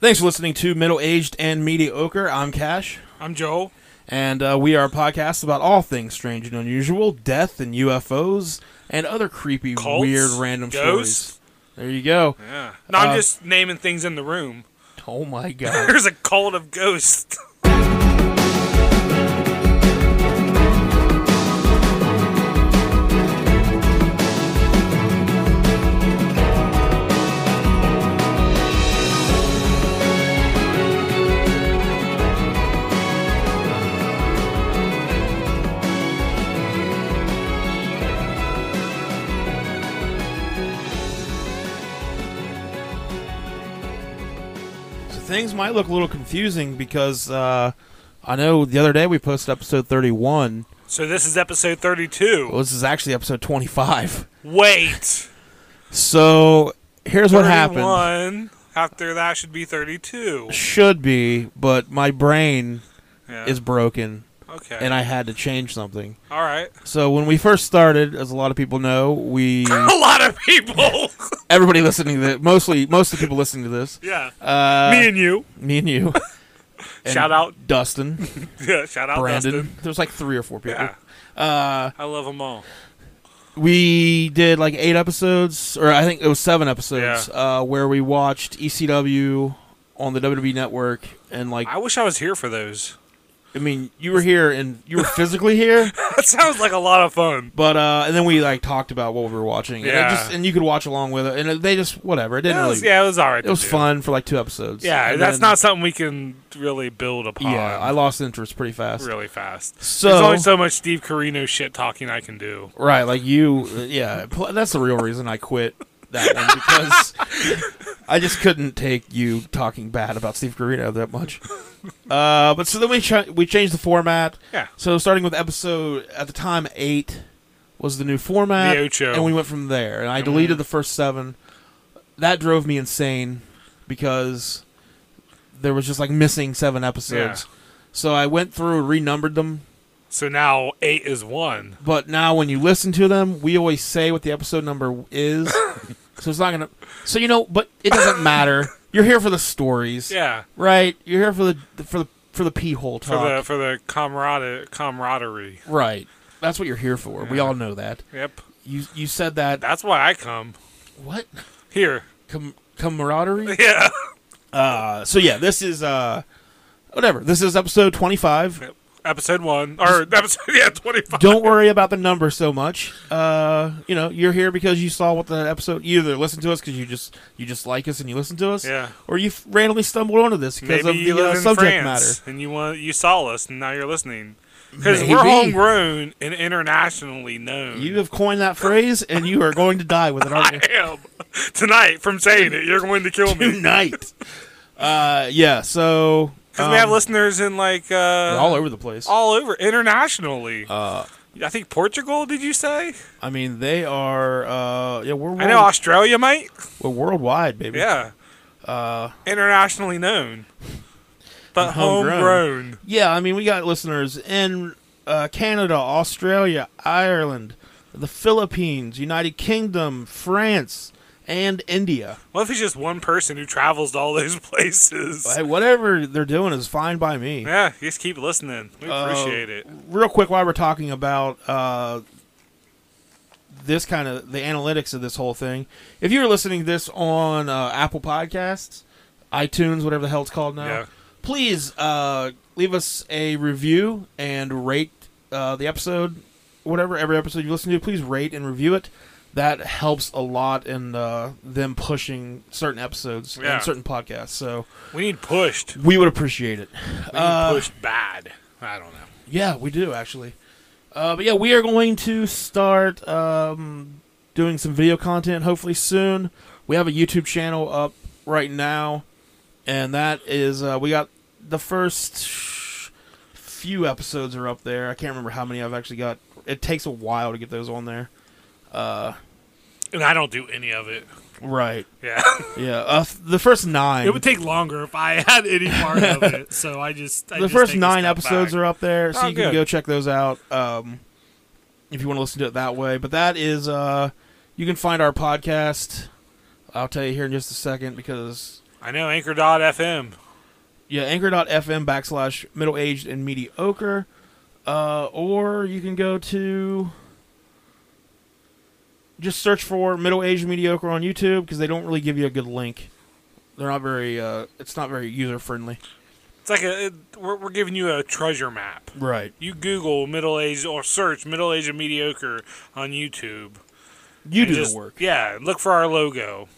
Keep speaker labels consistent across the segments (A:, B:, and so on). A: Thanks for listening to Middle Aged and Mediocre. I'm Cash,
B: I'm Joe.
A: and uh, we are a podcast about all things strange and unusual, death and UFOs, and other creepy,
B: Cults,
A: weird, random
B: ghosts.
A: stories. There you go.
B: Yeah. No, I'm
A: Uh,
B: just naming things in the room.
A: Oh my god.
B: There's a cult of ghosts.
A: so things might look a little confusing because uh, I know the other day we posted episode 31.
B: So this is episode
A: Well,
B: 32.
A: this is actually episode 25.
B: Wait.
A: So here's what happened.
B: 31. After that should be 32.
A: Should be, but my brain
B: Yeah.
A: is broken,
B: okay.
A: and I had to change something.
B: All right.
A: So when we first started, as a lot of people know, we
B: a lot of people.
A: everybody listening to this, mostly most of the people listening to this,
B: yeah.
A: uh,
B: Me and you.
A: me and you, and
B: Shout out.
A: Dustin,
B: Yeah. Shout out
A: Brandon.
B: Dustin.
A: There's like three or four people.
B: Yeah.
A: Uh,
B: I love them all.
A: we did like eight episodes, or I think it was seven episodes, uh, where we watched ECW on the WWE Network, and like
B: I wish I was here for those.
A: I mean, you were here and you were physically here,
B: That sounds like a lot of fun.
A: but uh, and then we like talked about what we were watching, and, it
B: Yeah.
A: just, and you could watch along with it, and they just whatever. It didn't
B: It
A: really.
B: was, yeah, it was all right.
A: It was fun for like two episodes.
B: Yeah,
A: And
B: that's
A: then-
B: not something we can really build upon.
A: Yeah, I lost interest pretty fast.
B: really fast.
A: So-
B: There's only so much Steve Carino shit talking I can do.
A: Right, like you. Yeah, pl- that's the real reason I quit that one because I just couldn't take you talking bad about Steve Carino that much. Uh, but so then we ch- we changed the format.
B: Yeah.
A: So starting with episode at the time eight was the new format,
B: The Ocho. Mm-hmm.
A: and we went from there. And I deleted the first seven. That drove me insane because there was just like missing seven episodes. So I went through and renumbered them
B: So now eight is one.
A: but now when you listen to them, we always say what the episode number is. so it's not gonna. So you know, but it doesn't matter. You're here for the stories,
B: Yeah.
A: right? You're here for the for the for the pee hole
B: For the
A: talk,
B: for the camaraderie camaraderie.
A: right? That's what you're here for. We all know that.
B: Yep.
A: You you said that.
B: That's why I come.
A: What
B: Here.
A: Com- camaraderie?
B: Yeah.
A: Uh, so yeah, this is uh, whatever. This is episode 25.
B: Yep. Episode one. Or episode yeah, twenty five.
A: Don't worry about the number so much. Uh, you know, you're here because you saw what the episode. You either listen to us because you just you just like us and you listen to us,
B: Yeah.
A: or you f- randomly stumbled onto this because
B: Maybe
A: of
B: you
A: the
B: live
A: uh,
B: in
A: subject
B: France and you want you saw us and now you're listening. Because
A: Maybe.
B: we're homegrown and internationally known.
A: matter. You have coined that phrase, and you are going to die with it, aren't you?
B: I am. Tonight from saying it, you're going to kill me.
A: Tonight. Uh, yeah. So
B: Because
A: um,
B: we have listeners in like uh,
A: all over the place.
B: all over internationally.
A: Uh,
B: I think Portugal. Did you say?
A: I mean, they are. Uh, yeah, we're world,
B: I know Australia, mate.
A: we're worldwide, baby.
B: Yeah,
A: Uh,
B: internationally known, but
A: And homegrown.
B: homegrown.
A: yeah. I mean, we got listeners in uh, Canada, Australia, Ireland, the Philippines, United Kingdom, France, and India.
B: What if it's just one person who travels to all those places?
A: Hey, whatever they're doing is fine by me.
B: Yeah, just keep listening. We
A: Uh,
B: appreciate it.
A: real quick while we're talking about uh, this kind of the analytics of this whole thing if you're listening to this on uh, apple podcasts itunes whatever the hell it's called now
B: Yeah.
A: please uh, leave us a review and rate uh, the episode whatever every episode you listen to please rate and review it that helps a lot in uh, them pushing certain episodes
B: Yeah.
A: and certain podcasts so
B: We need pushed. We
A: we would appreciate it
B: need
A: uh,
B: pushed bad. I don't know.
A: yeah, we do actually. Uh, but yeah, we are going to start um, doing some video content hopefully soon. We have a YouTube channel up right now, and that is uh, we got the first few episodes are up there. I can't remember how many I've actually got. It takes a while to get those on there.
B: And I don't do any of it.
A: Right.
B: Yeah,
A: Yeah. Uh, f- the first nine.
B: it would take longer if I had any part of it. So I just I
A: the first nine episodes are up there, so
B: Oh,
A: you can
B: good.
A: go check those out um, if you want to listen to it that way. But that is, uh, you can find our podcast. I'll tell you here in just a second because
B: I know Anchor.fm.
A: Yeah, anchor.fm backslash middle aged and mediocre. Uh, or you can go to just search for middle aged mediocre on YouTube because they don't really give you a good link. They're not very, uh, it's not very user friendly.
B: It's like a it, we're, we're giving you a treasure map.
A: Right.
B: You Google middle age or search middle age and mediocre on YouTube.
A: You
B: and
A: do
B: just-
A: the work.
B: Yeah, look for our logo.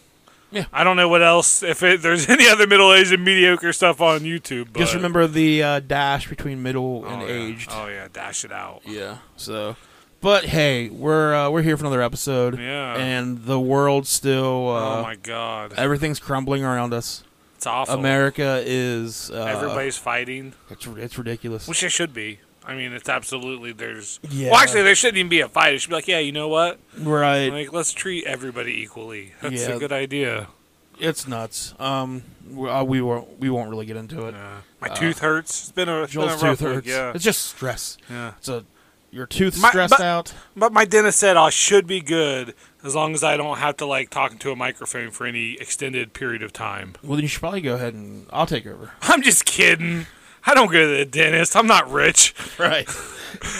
A: Yeah.
B: I don't know what else if it, there's any other middle age and mediocre stuff on YouTube. But,
A: Just remember the uh, dash between middle
B: oh,
A: and
B: yeah.
A: aged.
B: Oh yeah, dash it out.
A: Yeah. So, but hey, we're uh, we're here for another episode,
B: Yeah.
A: and the world still uh,
B: oh my God,
A: everything's crumbling around us.
B: it's awful.
A: America is uh,
B: Everybody's fighting,
A: It's it's ridiculous.
B: which they should be. I mean, it's absolutely there's.
A: Yeah.
B: Well, actually, there shouldn't even be a fight. It should be like, yeah, you know what?
A: right.
B: Like, let's treat everybody equally. That's
A: Yeah.
B: a good idea.
A: it's nuts. Um, we, uh, we won't we won't really get into it.
B: Yeah. My tooth hurts. It's been a, it's been
A: Uh, Joel's
B: a rough
A: tooth
B: week,
A: hurts.
B: Yeah.
A: It's just stress.
B: yeah.
A: It's a your tooth
B: My-
A: stressed
B: but-
A: out.
B: But my dentist said I should be good as long as I don't have to like talk into a microphone for any extended period of time.
A: Well, then you should probably go ahead and I'll take over.
B: I'm just kidding. I don't go to the dentist. I'm not rich.
A: Right.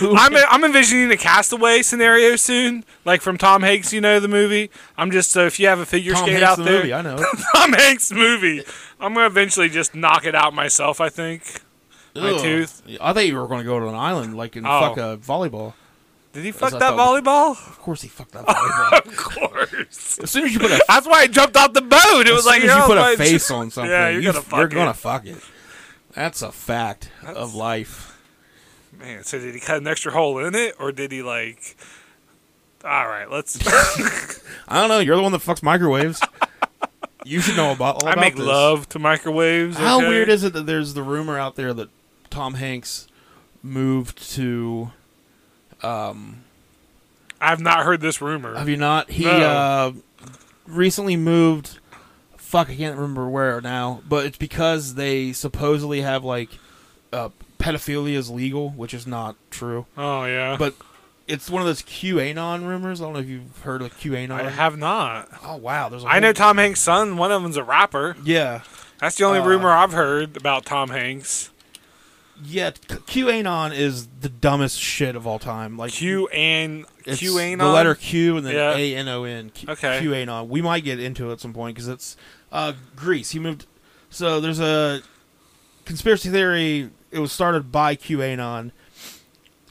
B: I'm I'm envisioning a castaway scenario soon, like from Tom Hanks. You know the movie. I'm just so if you have a figure
A: Tom
B: skate
A: Hanks
B: out
A: the
B: there,
A: movie. I know.
B: Tom Hanks movie. I'm gonna eventually just knock it out myself. I think. My
A: Ugh.
B: tooth.
A: I thought you were going to go to an island like and
B: Oh.
A: fuck a volleyball.
B: Did he fuck
A: I
B: that
A: thought.
B: volleyball?
A: Of course he fucked that volleyball.
B: Of course.
A: as soon as you put a
B: That's why he jumped off the boat. It
A: as
B: was
A: soon
B: like
A: as you
B: oh,
A: put
B: my-
A: a face on something,
B: Yeah,
A: you, you're
B: you're gonna fuck it.
A: gonna fuck it. That's a fact of life.
B: Man, so did he cut an extra hole in it, or did he like? All right, let's.
A: I don't know. You're the one that fucks microwaves. you should know about all
B: I
A: about
B: make
A: this.
B: love to microwaves.
A: How
B: okay?
A: weird is it that there's the rumor out there that Tom Hanks moved to?
B: I've not heard this rumor.
A: Have you not? He
B: No.
A: uh, recently moved. Fuck, I can't remember where now, but it's because they supposedly have like uh, pedophilia is legal, which is not true.
B: oh yeah,
A: But it's one of those QAnon rumors. I don't know if you've heard of QAnon.
B: I have not.
A: Oh wow, there's. A
B: I know
A: whole-
B: Tom Hanks' son. One of them's a rapper.
A: Yeah,
B: That's the only
A: Uh,
B: rumor I've heard about Tom Hanks.
A: yeah. Q- QAnon is the dumbest shit of all time. Like
B: Q and
A: it's
B: Q anon.
A: the letter Q and then
B: Yeah.
A: A N O N. Q-
B: Okay.
A: QAnon. We might get into it at some point because it's uh, Greece. He moved. So there's a conspiracy theory. It was started by QAnon,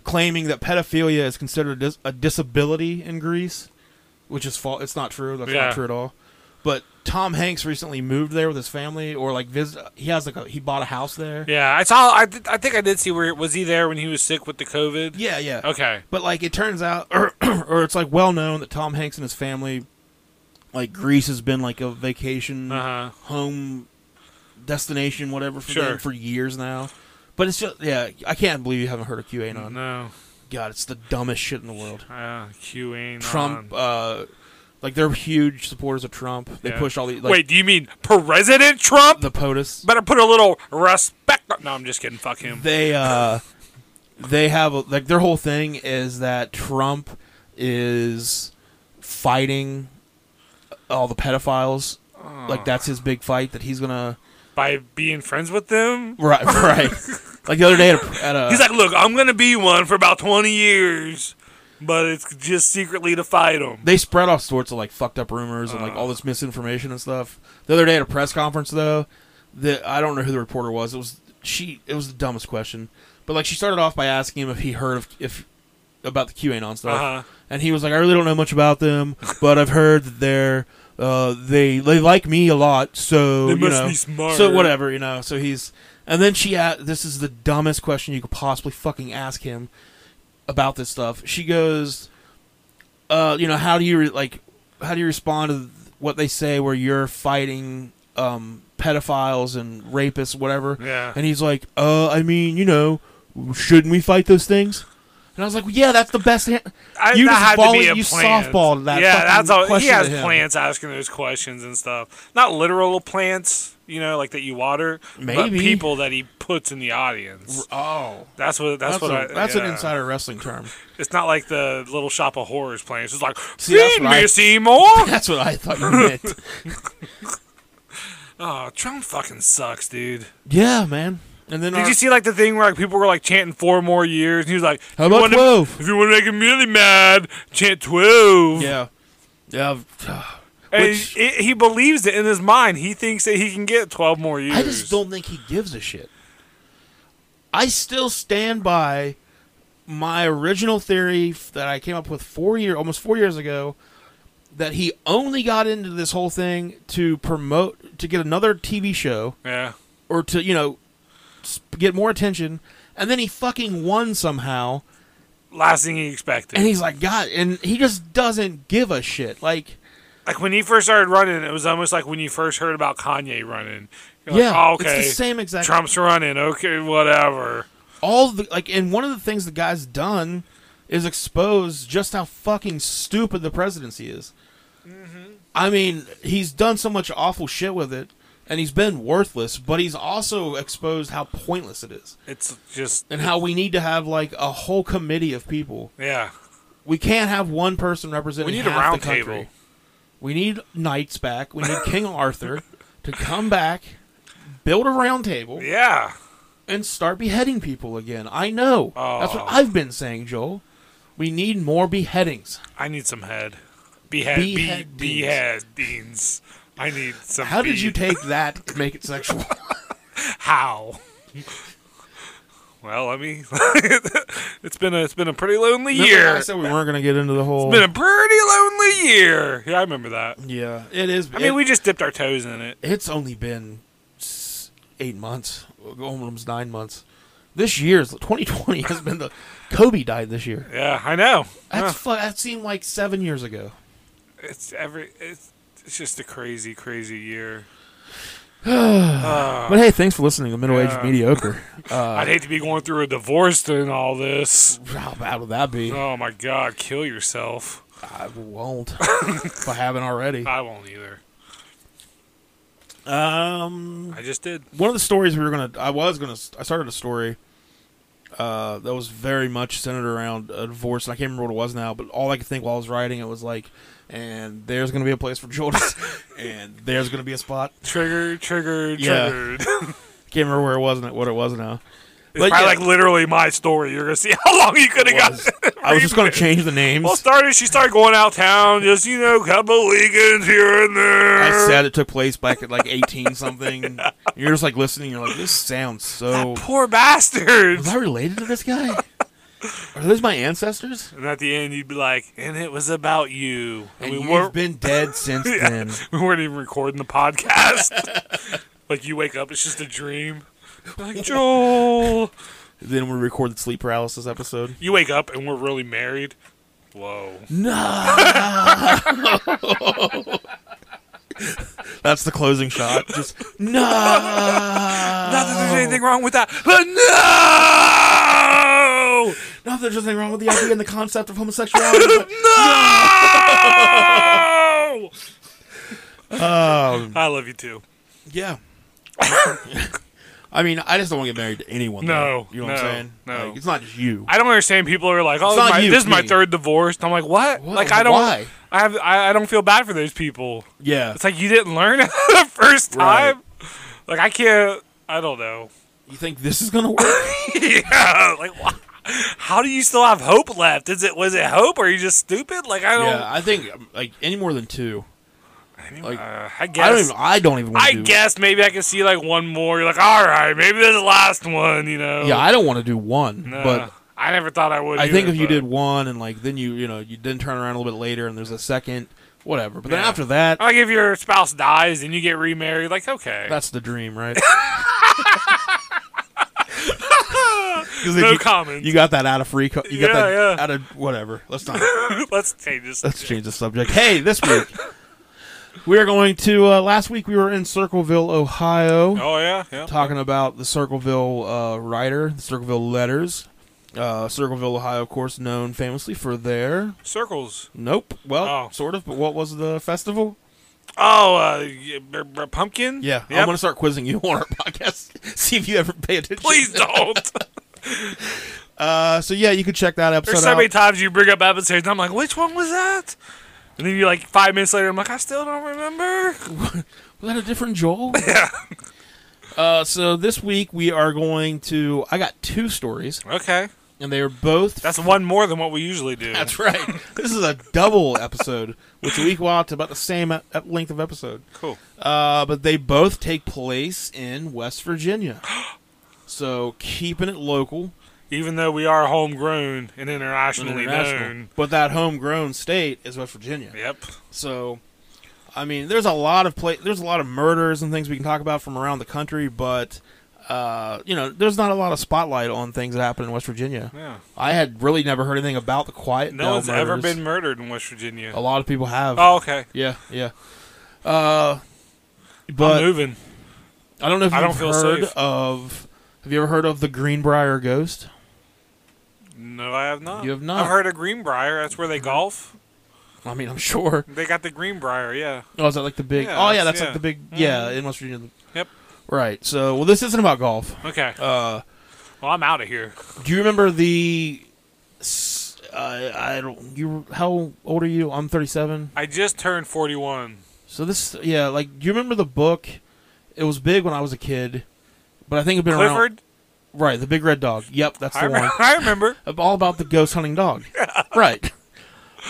A: claiming that pedophilia is considered a, dis- a disability in Greece, which is false. It's not true. That's
B: Yeah.
A: not true at all. But Tom Hanks recently moved there with his family, or like visit. He has like a, he bought a house there.
B: Yeah, I saw. I, th- I think I did see where was he there when he was sick with the COVID.
A: yeah. yeah.
B: Okay.
A: But like it turns out, or, or it's like well known that Tom Hanks and his family, like Greece has been like a vacation
B: Uh huh.
A: home destination, whatever for
B: Sure.
A: them for years now. But it's just yeah, I can't believe you haven't heard of QAnon.
B: No.
A: God, it's the dumbest shit in the world.
B: Uh, Q anon.
A: Trump, uh, like they're huge supporters of Trump. They
B: Yeah.
A: push all the like
B: Wait, do you mean President Trump?
A: the POTUS.
B: Better put a little respect. No, I'm just kidding. Fuck him.
A: they uh they have a, like their whole thing is that Trump is fighting all the pedophiles. Like that's his big fight that he's gonna
B: By being friends with them,
A: right right. like the other day at a, at a
B: he's like, "Look, I'm gonna be one for about 20 years, but it's just secretly to fight them."
A: they spread all sorts of like fucked up rumors and like all this misinformation and stuff. The other day at a press conference though, that I don't know who the reporter was. It was she. It was the dumbest question, but like she started off by asking him if he heard of if about the QAnon stuff.
B: Uh-huh.
A: and he was like, "I really don't know much about them, but I've heard that they're uh, they they like me a lot, so
B: They
A: you
B: must
A: know,
B: be smart."
A: so whatever, you know." So he's, and then she, a this is the dumbest question you could possibly fucking ask him about this stuff. She goes, "Uh, you know, how do you re- like, how do you respond to what they say where you're fighting um pedophiles and rapists, whatever?"
B: Yeah.
A: And he's like, "Uh, I mean, you know, shouldn't we fight those things?" And I was like, well, "Yeah, that's the best." Han-
B: I,
A: you
B: that
A: just
B: had to
A: volley-
B: be a
A: you
B: plan.
A: softballed that
B: Yeah,
A: fucking
B: that's all. He
A: question
B: has
A: to him.
B: plants asking those questions and stuff. Not literal plants, you know, like that you water, but
A: Maybe.
B: people that he puts in the audience.
A: Oh,
B: That's what. That's,
A: that's,
B: what.
A: a,
B: I,
A: that's an
B: yeah.
A: insider wrestling term.
B: It's not like the little shop of horrors plants. It's like,
A: See, that's
B: feed
A: what
B: me,
A: I-
B: Seymour.
A: That's what I thought you meant.
B: Oh, Trump fucking sucks, dude.
A: Yeah, man. And then
B: Did
A: our-
B: you see like the thing where like people were like chanting four more years, and he was like,
A: How
B: "If you
A: about
B: wanna-
A: 12?
B: If you want to make him really mad, chant twelve.
A: yeah, yeah.
B: and
A: Which-
B: he- he believes it in his mind. He thinks that he can get twelve more years.
A: I just don't think he gives a shit. I still stand by my original theory f- that I came up with four year, almost four years ago, that he only got into this whole thing to promote to get another TV show
B: Yeah,
A: or to you know sp- get more attention, and then he fucking won somehow,
B: last thing he expected.
A: and he's like, God, and he just doesn't give a shit. Like,
B: like when he first started running, it was almost like when you first heard about Kanye running. You're like,
A: yeah,
B: "Oh, okay,
A: it's the same exact.
B: Trump's running. Okay, whatever.
A: all the like and one of the things the guy's done is expose just how fucking stupid the presidency is
B: Mm-hmm.
A: i mean he's done so much awful shit with it and he's been worthless but he's also exposed how pointless it is
B: It's just
A: and how we need to have like a whole committee of people
B: yeah,
A: we can't have one person representing
B: We need a
A: half
B: round
A: the country.
B: table.
A: we need knights back we need king arthur to come back build a round table
B: yeah.
A: and start beheading people again. I know. That's what
B: Oh.
A: I've been saying, Joel. We need more beheadings.
B: I need some head. Behead,
A: Behead
B: behead,
A: beans.
B: behead beans. I need some.
A: How did you
B: bead-
A: take that to make it sexual?
B: How? well, I mean, it's been a it's been a pretty lonely year.
A: I said we weren't going to get into the whole.
B: been a pretty lonely year. Yeah, I remember that.
A: yeah, it is.
B: I mean, we just dipped our toes in it.
A: It's only been s- eight months. Almost nine months. This year's 2020 has been the Kobe died this year.
B: Yeah, I know.
A: That's
B: Huh.
A: fu- that seemed like seven years ago.
B: It's every. It's, it's just a crazy, crazy year.
A: But hey, thanks for listening to Middle Aged
B: Uh, Yeah.
A: Mediocre. Uh,
B: I'd hate to be going through a divorce and all this.
A: how bad would that be?
B: Oh my God, kill yourself.
A: I won't if I haven't already.
B: I won't either.
A: Um,
B: I just did.
A: one of the stories we were gonna i was gonna i started a story uh, that was very much centered around a divorce and i can't remember what it was now but all i could think while i was writing it was like and there's gonna be a place for children and there's gonna be a spot
B: Trigger, trigger,
A: Yeah.
B: triggered.
A: can't remember where it was and what it was now
B: It's
A: But
B: probably
A: yeah.
B: like literally my story. You're gonna see how long you could have
A: was.
B: got.
A: i was just gonna change the
B: Well,
A: names
B: started. She started going out town, just you know, couple weekends here and there.
A: i said it took place back at like 18 something you're just like listening you're like this sounds so
B: poor bastard.
A: was i related to this guy are those my ancestors
B: And at the end, you'd be like, "And it was about you."
A: and
B: we
A: you've
B: weren't.
A: been dead since then
B: we weren't even recording the podcast. like you wake up, it's just a dream. You're like Joel,
A: then we recorded sleep paralysis episode
B: you wake up and we're really married. Whoa.
A: No. That's the closing shot. Just no.
B: Not that there's anything wrong with that, but no.
A: Not that there's anything wrong with the idea and the concept of homosexuality. but-
B: No!
A: Um,
B: I love you too.
A: yeah. I mean, I just don't want to get married to anyone.
B: No,
A: though. you know what
B: no,
A: I'm saying?
B: no.
A: Like, it's not just you.
B: I don't understand people who are like, "Oh,
A: It's not
B: my,
A: you,
B: this
A: it's
B: is my
A: me."
B: third divorce." I'm like, "What?"
A: What?
B: Like, I don't.
A: Why?
B: I have. I, I don't feel bad for those people.
A: yeah,
B: It's like you didn't learn it the first
A: Right.
B: time. Like, I can't. I don't know.
A: you think this is gonna work?
B: yeah. Like, why? how do you still have hope left? Is it was it hope or are you just stupid? Like, I don't.
A: yeah, I think um, like any more than two. like,
B: uh, I
A: I don't
B: guess.
A: even. I don't even. Want
B: I
A: to do,
B: guess maybe I can see like one more. You're like, all right, maybe this is the last one. You know.
A: Yeah, I don't want to do one,
B: Nah,
A: but
B: I never thought I would.
A: I think
B: either,
A: if you
B: but-
A: did one and like then you you know you then turn around a little bit later and there's a second whatever, but then
B: Yeah.
A: after that
B: Like if your spouse dies and you get remarried, like okay,
A: that's the dream, right? 'Cause then
B: no
A: you,
B: comment.
A: you got that out of free. Co- you got
B: Yeah,
A: that
B: yeah.
A: out of whatever. Let's not
B: Let's change this.
A: let's change the subject. Hey, this week we are going to. Uh, last week we were in Circleville, Ohio,
B: Oh yeah, yeah.
A: talking about the Circleville uh, writer, the Circleville letters. Uh, Circleville, Ohio, of course, known famously for their
B: Circles.
A: Nope. Well,
B: Oh.
A: sort of. But what was the festival?
B: Oh, uh, y- b- b- pumpkin.
A: Yeah,
B: Yep.
A: I'm gonna start quizzing you on our podcast. See if you ever pay attention.
B: Please don't.
A: Uh, so yeah, you could check that episode
B: There's so
A: out.
B: many times you bring up episodes, and I'm like, which one was that? And then you like five minutes later, I'm like, I still don't remember.
A: Was that a different Joel? Yeah. Uh, so this week we are going to. I got two stories,
B: Okay.
A: and they are both.
B: That's one more than what we usually do.
A: That's right. this is a double episode, which will equal out to about the same e- e- length of episode.
B: cool.
A: Uh, but they both take place in West Virginia. So keeping it local,
B: Even though we are homegrown and
A: and
B: internationally
A: international,
B: known.
A: but that homegrown state is West Virginia.
B: Yep.
A: So, I mean, there's a lot of play. There's a lot of murders and things we can talk about from around the country, but uh, you know, there's not a lot of spotlight on things that happen in West Virginia.
B: Yeah.
A: I had really never heard anything about the Quiet.
B: No
A: Bell
B: one's ever
A: murders.
B: been murdered in West Virginia.
A: A lot of people have.
B: Oh, okay.
A: Yeah, yeah. Uh,
B: I'm
A: but
B: moving.
A: I don't know if
B: I
A: you've
B: don't feel
A: heard
B: safe.
A: of. Have you ever heard of the Greenbrier Ghost?
B: No, I have not.
A: You have not. Mm-hmm.
B: I've heard of Greenbrier. That's where they golf.
A: I mean, I'm sure.
B: They got the Greenbrier, yeah.
A: Oh, is that like the big?
B: Yeah,
A: oh, yeah, that's
B: that's- yeah.
A: like
B: Mm-hmm.
A: the big. Yeah, in West Virginia.
B: Yep.
A: Right. So, well, this isn't about golf.
B: Okay.
A: Uh,
B: Well, I'm out of here.
A: do you remember the? s- Uh, I don't. You how old are you? I'm 37.
B: I just turned 41.
A: So this, yeah, like, do you remember the book? It was big when I was a kid, but I think it's been around.
B: Clifford?
A: Right, the big red dog. Yep, that's
B: I,
A: the one.
B: remember, I remember.
A: Ab- all about the ghost hunting dog. Right.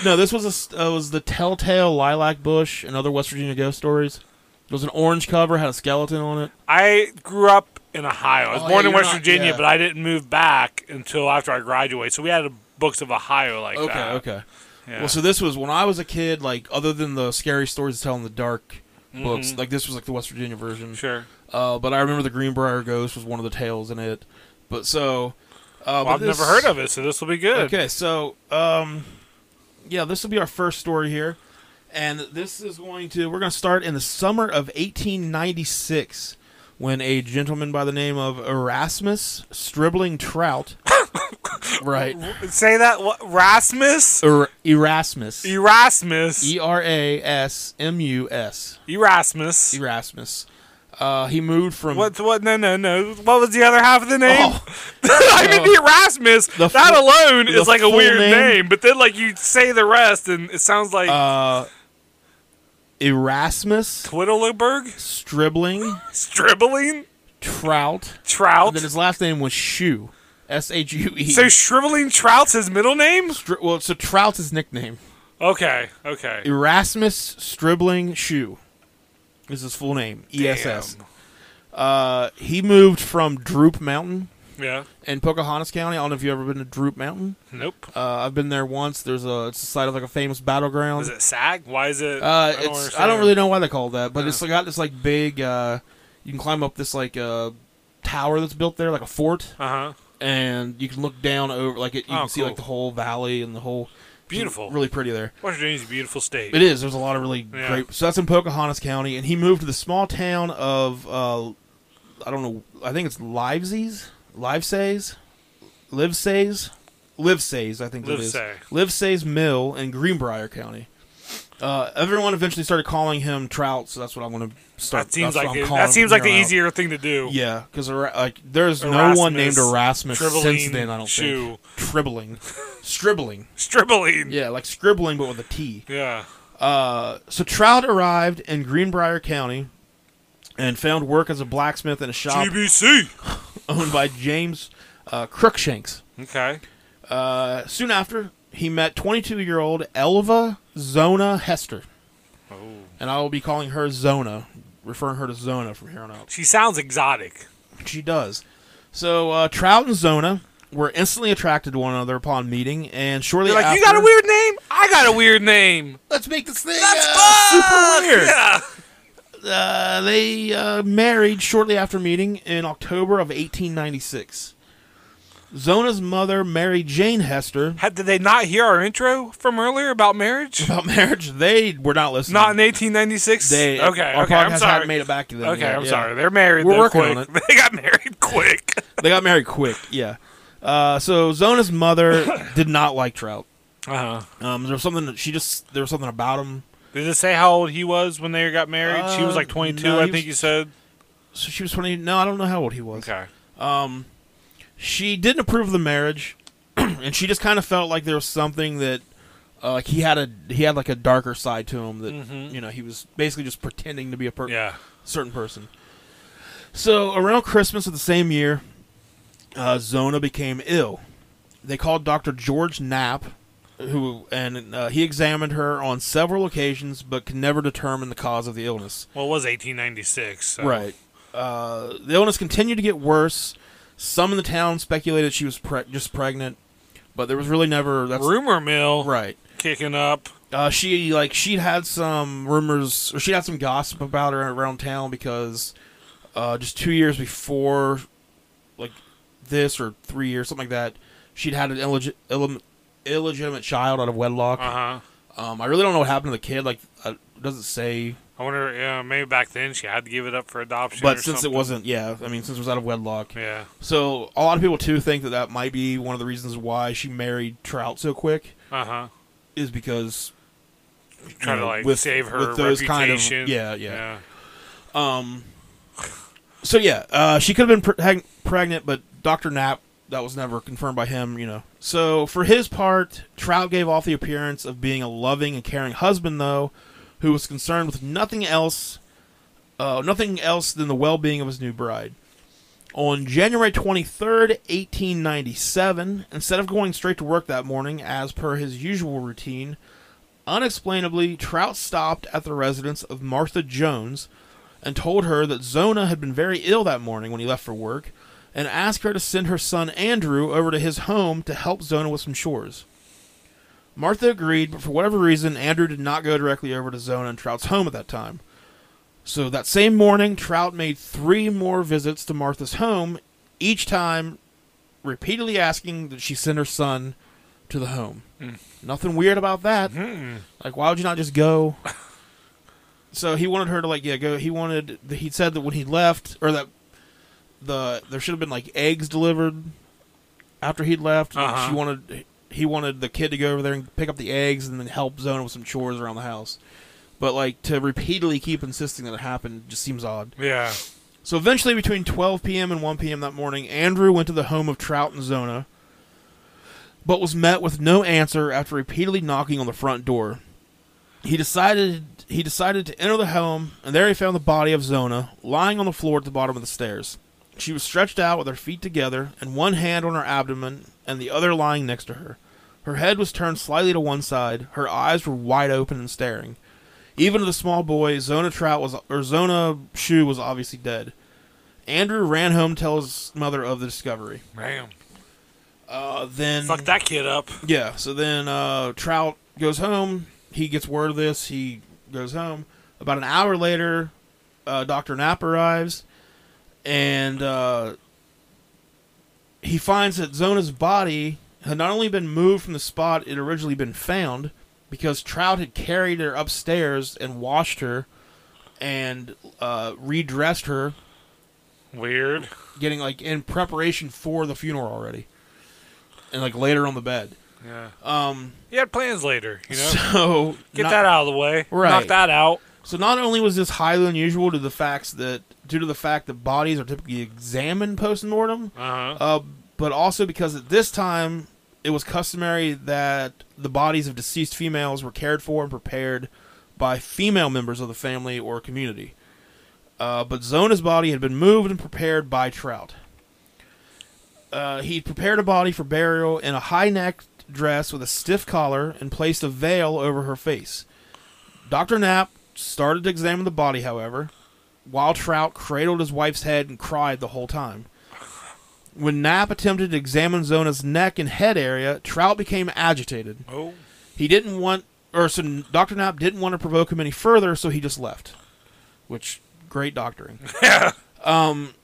A: No, this was a s uh, was the Telltale Lilac Bush and other West Virginia ghost stories. It was an orange cover, had a skeleton on it.
B: I grew up in Ohio. I was
A: Oh,
B: born
A: yeah,
B: in
A: you're
B: West
A: not-
B: Virginia,
A: yeah.
B: but I didn't move back until after I graduated. So we had a books of Ohio like
A: Okay,
B: that.
A: okay.
B: Yeah.
A: Well, so this was when I was a kid. Like other than the scary stories to tell in the dark books, like this was like the West Virginia version.
B: Mm-hmm. sure.
A: Uh, but I remember the Greenbrier ghost was one of the tales in it. But so, uh,
B: Well, I've never heard of it, so this will be good.
A: Okay, so um, yeah, this will be our first story here, and this is going to we're going to start in the summer of 1896 when a gentleman by the name of Erasmus Stribling Trout, right?
B: Say that. What? Rasmus?
A: Er- Erasmus,
B: Erasmus.
A: E R A S M U S, E-
B: Erasmus.
A: Erasmus. Uh, he moved from
B: What? What? No, no, no. What was the other half of the name?
A: Oh. Uh,
B: I mean, the Erasmus.
A: The
B: that
A: full-
B: alone
A: the
B: is like a
A: full
B: weird
A: name?
B: name. but then like you say the rest, and it sounds like
A: uh, Erasmus
B: Twiddleberg,
A: Stribling
B: Stribbling,
A: Trout,
B: Trout.
A: and then his last name was Shoe, S H U E.
B: So Shriveling Trout's his middle name?
A: Stri- well, so Trout's his nickname.
B: Okay, okay.
A: Erasmus Stribling Shoe is his full name. ESS.
B: Damn.
A: Uh, he moved from Droop Mountain
B: Yeah.
A: in Pocahontas County. I don't know if you've ever been to Droop Mountain.
B: Nope.
A: Uh, I've been there once. There's a it's the site of like a famous battleground.
B: Is it SAG? Why is it?
A: Uh, it's I don't
B: understand.
A: really know why they call it that, but
B: Yeah.
A: it's got this like big. Uh, you can climb up this like uh, tower that's built there, like a fort,
B: Uh huh.
A: and you can look down over like it. You
B: Oh,
A: can see
B: cool.
A: like the whole valley and the whole.
B: Beautiful.
A: really pretty there.
B: West Virginia's a beautiful state.
A: It is. There's a lot of really
B: Yeah.
A: great. So that's in Pocahontas County, and he moved to the small town of uh, I don't know. I think it's Livesay's, Livesay's, Livesay's, Livesay's. I think it is.
B: Livesay.
A: Livesay's Mill in Greenbrier County. Uh, everyone eventually started calling him Trout, so that's what I'm going to start.
B: that seems
A: that's what
B: like
A: I'm
B: the,
A: calling
B: that seems
A: him
B: like the
A: now.
B: easier thing to do.
A: Yeah, because like there's no one named Erasmus
B: Erasmus,
A: since then. I don't
B: Shoe.
A: think. Tribbling, scribbling.
B: Stribbling.
A: Yeah, like scribbling, but with a T.
B: Yeah.
A: Uh, so Trout arrived in Greenbrier County and found work as a blacksmith in a shop
B: GBC.
A: owned by James uh, Crookshanks.
B: Okay.
A: Uh, soon after, he met 22-year-old Elva Zona Hester,
B: Oh.
A: and I will be calling her Zona, referring her to Zona from here on out.
B: She sounds exotic.
A: She does. So uh, Trout and Zona were instantly attracted to one another upon meeting, and shortly
B: You're like,
A: after,
B: you got a weird name? I got a weird name.
A: Let's make this thing
B: That's
A: uh,
B: fuck!
A: super weird.
B: Yeah.
A: uh, they uh, married shortly after meeting in October of 1896. Zona's mother married Jane Hester.
B: Had, did they not hear our intro from earlier about marriage?
A: About marriage, they were not listening.
B: Not in 1896.
A: they,
B: okay,
A: our
B: okay,
A: podcast
B: I'm sorry.
A: hadn't made it back to them.
B: okay,
A: yet,
B: I'm
A: yeah.
B: sorry. They're married.
A: We're
B: though,
A: working
B: quick.
A: on it.
B: They got married quick.
A: They got married quick. Yeah. Uh, so Zona's mother did not like Trout.
B: Uh huh.
A: Um, there was something that she just there was something about him.
B: Did it say how old he was when they got married? she was
A: Uh,
B: like 22,
A: no, he
B: I think
A: was-
B: you said.
A: So she was twenty. No, I don't know how old he was.
B: Okay.
A: she didn't approve of the marriage, and she just kind of felt like there was something that Uh, like he had a he had like a darker side to him that you know he was basically just pretending to be a per-
B: Yeah.
A: certain person. So around Christmas of the same year, uh, Zona became ill. They called Doctor George Knapp, who and uh, he examined her on several occasions, but could never determine the cause of the illness.
B: Well, it was 1896. So.
A: Right. Uh, the illness continued to get worse. Some in the town speculated she was preg just pregnant, but there was really never that's
B: Rumor mill
A: right.
B: kicking up.
A: Uh, she like she had some rumors or she had some gossip about her around town because uh, just two years before, like this or three years something like that, she'd had an illegit Ill- illegitimate child out of wedlock.
B: Uh huh.
A: Um, I really don't know what happened to the kid. Like, uh, it doesn't say
B: I wonder. Yeah, maybe back then she had to give it up for adoption.
A: but
B: or
A: since
B: something.
A: it wasn't, yeah, I mean, since it was out of wedlock,
B: Yeah.
A: So a lot of people too think that that might be one of the reasons why she married Trout so quick
B: Uh huh.
A: is because
B: Trying
A: you know,
B: to like
A: with-
B: save her
A: with those kind of-
B: reputation.
A: yeah, yeah. um. So yeah, uh, she could have been preg- pregnant, but Doctor Knapp that was never confirmed by him. You know. So for his part, Trout gave off the appearance of being a loving and caring husband, though, who was concerned with nothing else, uh, nothing else than the well-being of his new bride. On January 23rd, 1897, instead of going straight to work that morning as per his usual routine, unexplainably, Trout stopped at the residence of Martha Jones and told her that Zona had been very ill that morning when he left for work and asked her to send her son Andrew over to his home to help Zona with some chores. Martha agreed, but for whatever reason, Andrew did not go directly over to Zona and Trout's home at that time. So that same morning, Trout made three more visits to Martha's home, each time repeatedly asking that she send her son to the home. Nothing weird about that.
B: Mm.
A: Like, why would you not just go? so he wanted her to like, yeah, go. He wanted. He said that when he left, or that the there should have been like eggs delivered after he'd left. Like,
B: Uh-huh.
A: She wanted. He wanted the kid to go over there and pick up the eggs and then help Zona with some chores around the house. But like to repeatedly keep insisting that it happened just seems odd.
B: Yeah.
A: So eventually, between 12 p.m. and 1 p.m. that morning, Andrew went to the home of Trout and Zona, but was met with no answer after repeatedly knocking on the front door. He decided he decided to enter the home, and there he found the body of Zona lying on the floor at the bottom of the stairs. She was stretched out with her feet together and one hand on her abdomen and the other lying next to her. Her head was turned slightly to one side. Her eyes were wide open and staring. Even to the small boy, Zona Trout was or Zona Shoe was obviously dead. Andrew ran home to tell his mother of the discovery.
B: Man,
A: Uh, then
B: fuck that kid up.
A: yeah, so then uh, Trout goes home. He gets word of this. He goes home. About an hour later, uh, Doctor Knapp arrives, and uh, he finds that Zona's body had not only been moved from the spot it had originally been found, because Trout had carried her upstairs and washed her, and uh, redressed her
B: Weird.
A: getting like in preparation for the funeral already, and like later on the bed.
B: Yeah.
A: Um,
B: He had plans later. You know.
A: so
B: Get
A: not,
B: that out of the way.
A: Right.
B: Knock that out.
A: So not only was this highly unusual to the facts that due to the fact that bodies are typically examined post mortem,
B: Uh huh.
A: uh, but also because at this time it was customary that the bodies of deceased females were cared for and prepared by female members of the family or community. Uh, but Zona's body had been moved and prepared by Trout. Uh, he prepared a body for burial in a high necked dress with a stiff collar and placed a veil over her face. Dr. Knapp started to examine the body, however, while Trout cradled his wife's head and cried the whole time. When Knapp attempted to examine Zona's neck and head area, Trout became agitated.
B: Oh.
A: He didn't want, or so Dr. Knapp didn't want to provoke him any further, so he just left. Which, great doctoring.
B: Yeah.
A: Um,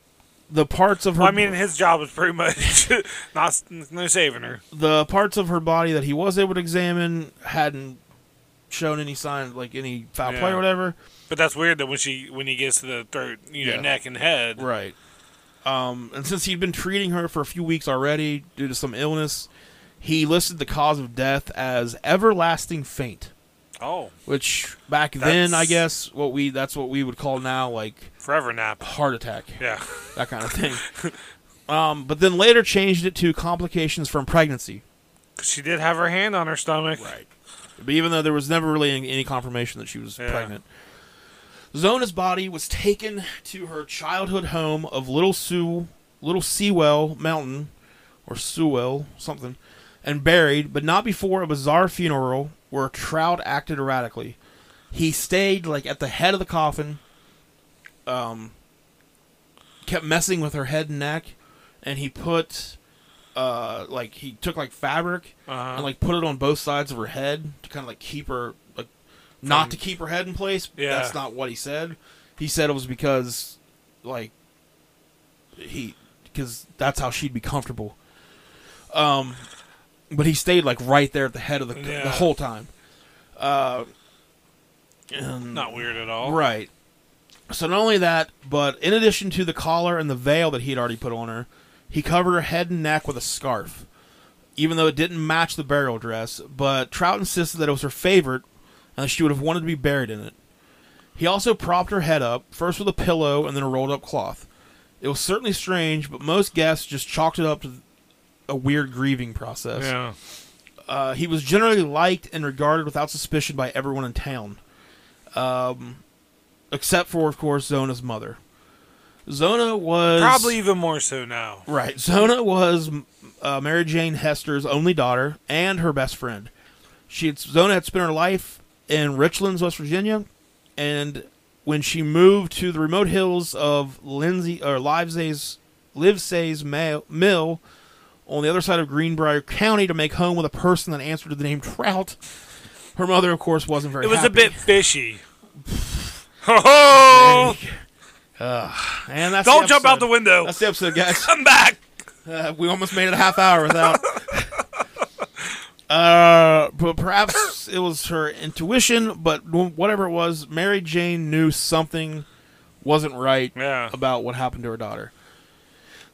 A: the parts of her,
B: Well, I mean, his job was pretty much not no saving her.
A: the parts of her body that he was able to examine hadn't shown any sign, like any foul play
B: Yeah.
A: or whatever.
B: But that's weird that when she when he gets to the throat, you know,
A: Yeah.
B: neck and head.
A: Right. Um, and since he'd been treating her for a few weeks already due to some illness, he listed the cause of death as everlasting faint.
B: Oh,
A: Which back then, I
B: That's-
A: guess, what we that's what we would call now like
B: forever nap.
A: heart attack,
B: Yeah.
A: that kind of thing. um, but then later changed it to complications from pregnancy.
B: 'Cause She did have her hand on her stomach.
A: Right. But even though there was never really any any confirmation that she was
B: Yeah.
A: pregnant, Zona's body was taken to her childhood home of Little Sioux, Little Sewell Mountain, or Sewell something, and buried, but not before a bizarre funeral where Trout acted erratically. He stayed like at the head of the coffin, um, kept messing with her head and neck, and he put, uh, like he took like fabric
B: Uh-huh.
A: and like put it on both sides of her head to kind of like keep her like not to keep her head in place.
B: Yeah.
A: That's not what he said. He said it was because like he because that's how she'd be comfortable. Um but he stayed like right there at the head of the
B: Yeah.
A: the whole time. Uh and-
B: not weird at all.
A: um, Right. So not only that, but in addition to the collar and the veil that he had already put on her, he covered her head and neck with a scarf, even though it didn't match the burial dress. But Trout insisted that it was her favorite, and that she would have wanted to be buried in it. He also propped her head up, first with a pillow and then a rolled up cloth. It was certainly strange, but most guests just chalked it up to a weird grieving process.
B: Yeah.
A: Uh, he was generally liked and regarded without suspicion by everyone in town, um, except for, of course, Zona's mother. Zona was
B: Probably even more so now.
A: right. Zona was uh, Mary Jane Hester's only daughter and her best friend. She had, Zona had spent her life in Richlands, West Virginia, and when she moved to the remote hills of Lindsay or Livesay's Livesay's ma- mill on the other side of Greenbrier County to make home with a person that answered to the name Trout. Her mother, of course, wasn't very.
B: It was a
A: happy.
B: bit fishy. Ho
A: And that's
B: oh. Don't
A: the
B: jump out the
A: episode.
B: window.
A: That's the episode, guys.
B: Come back.
A: Uh, we almost made it a half hour without. uh, but perhaps it was her intuition, but wh- whatever it was, Mary Jane knew something wasn't right
B: Yeah.
A: about what happened to her daughter.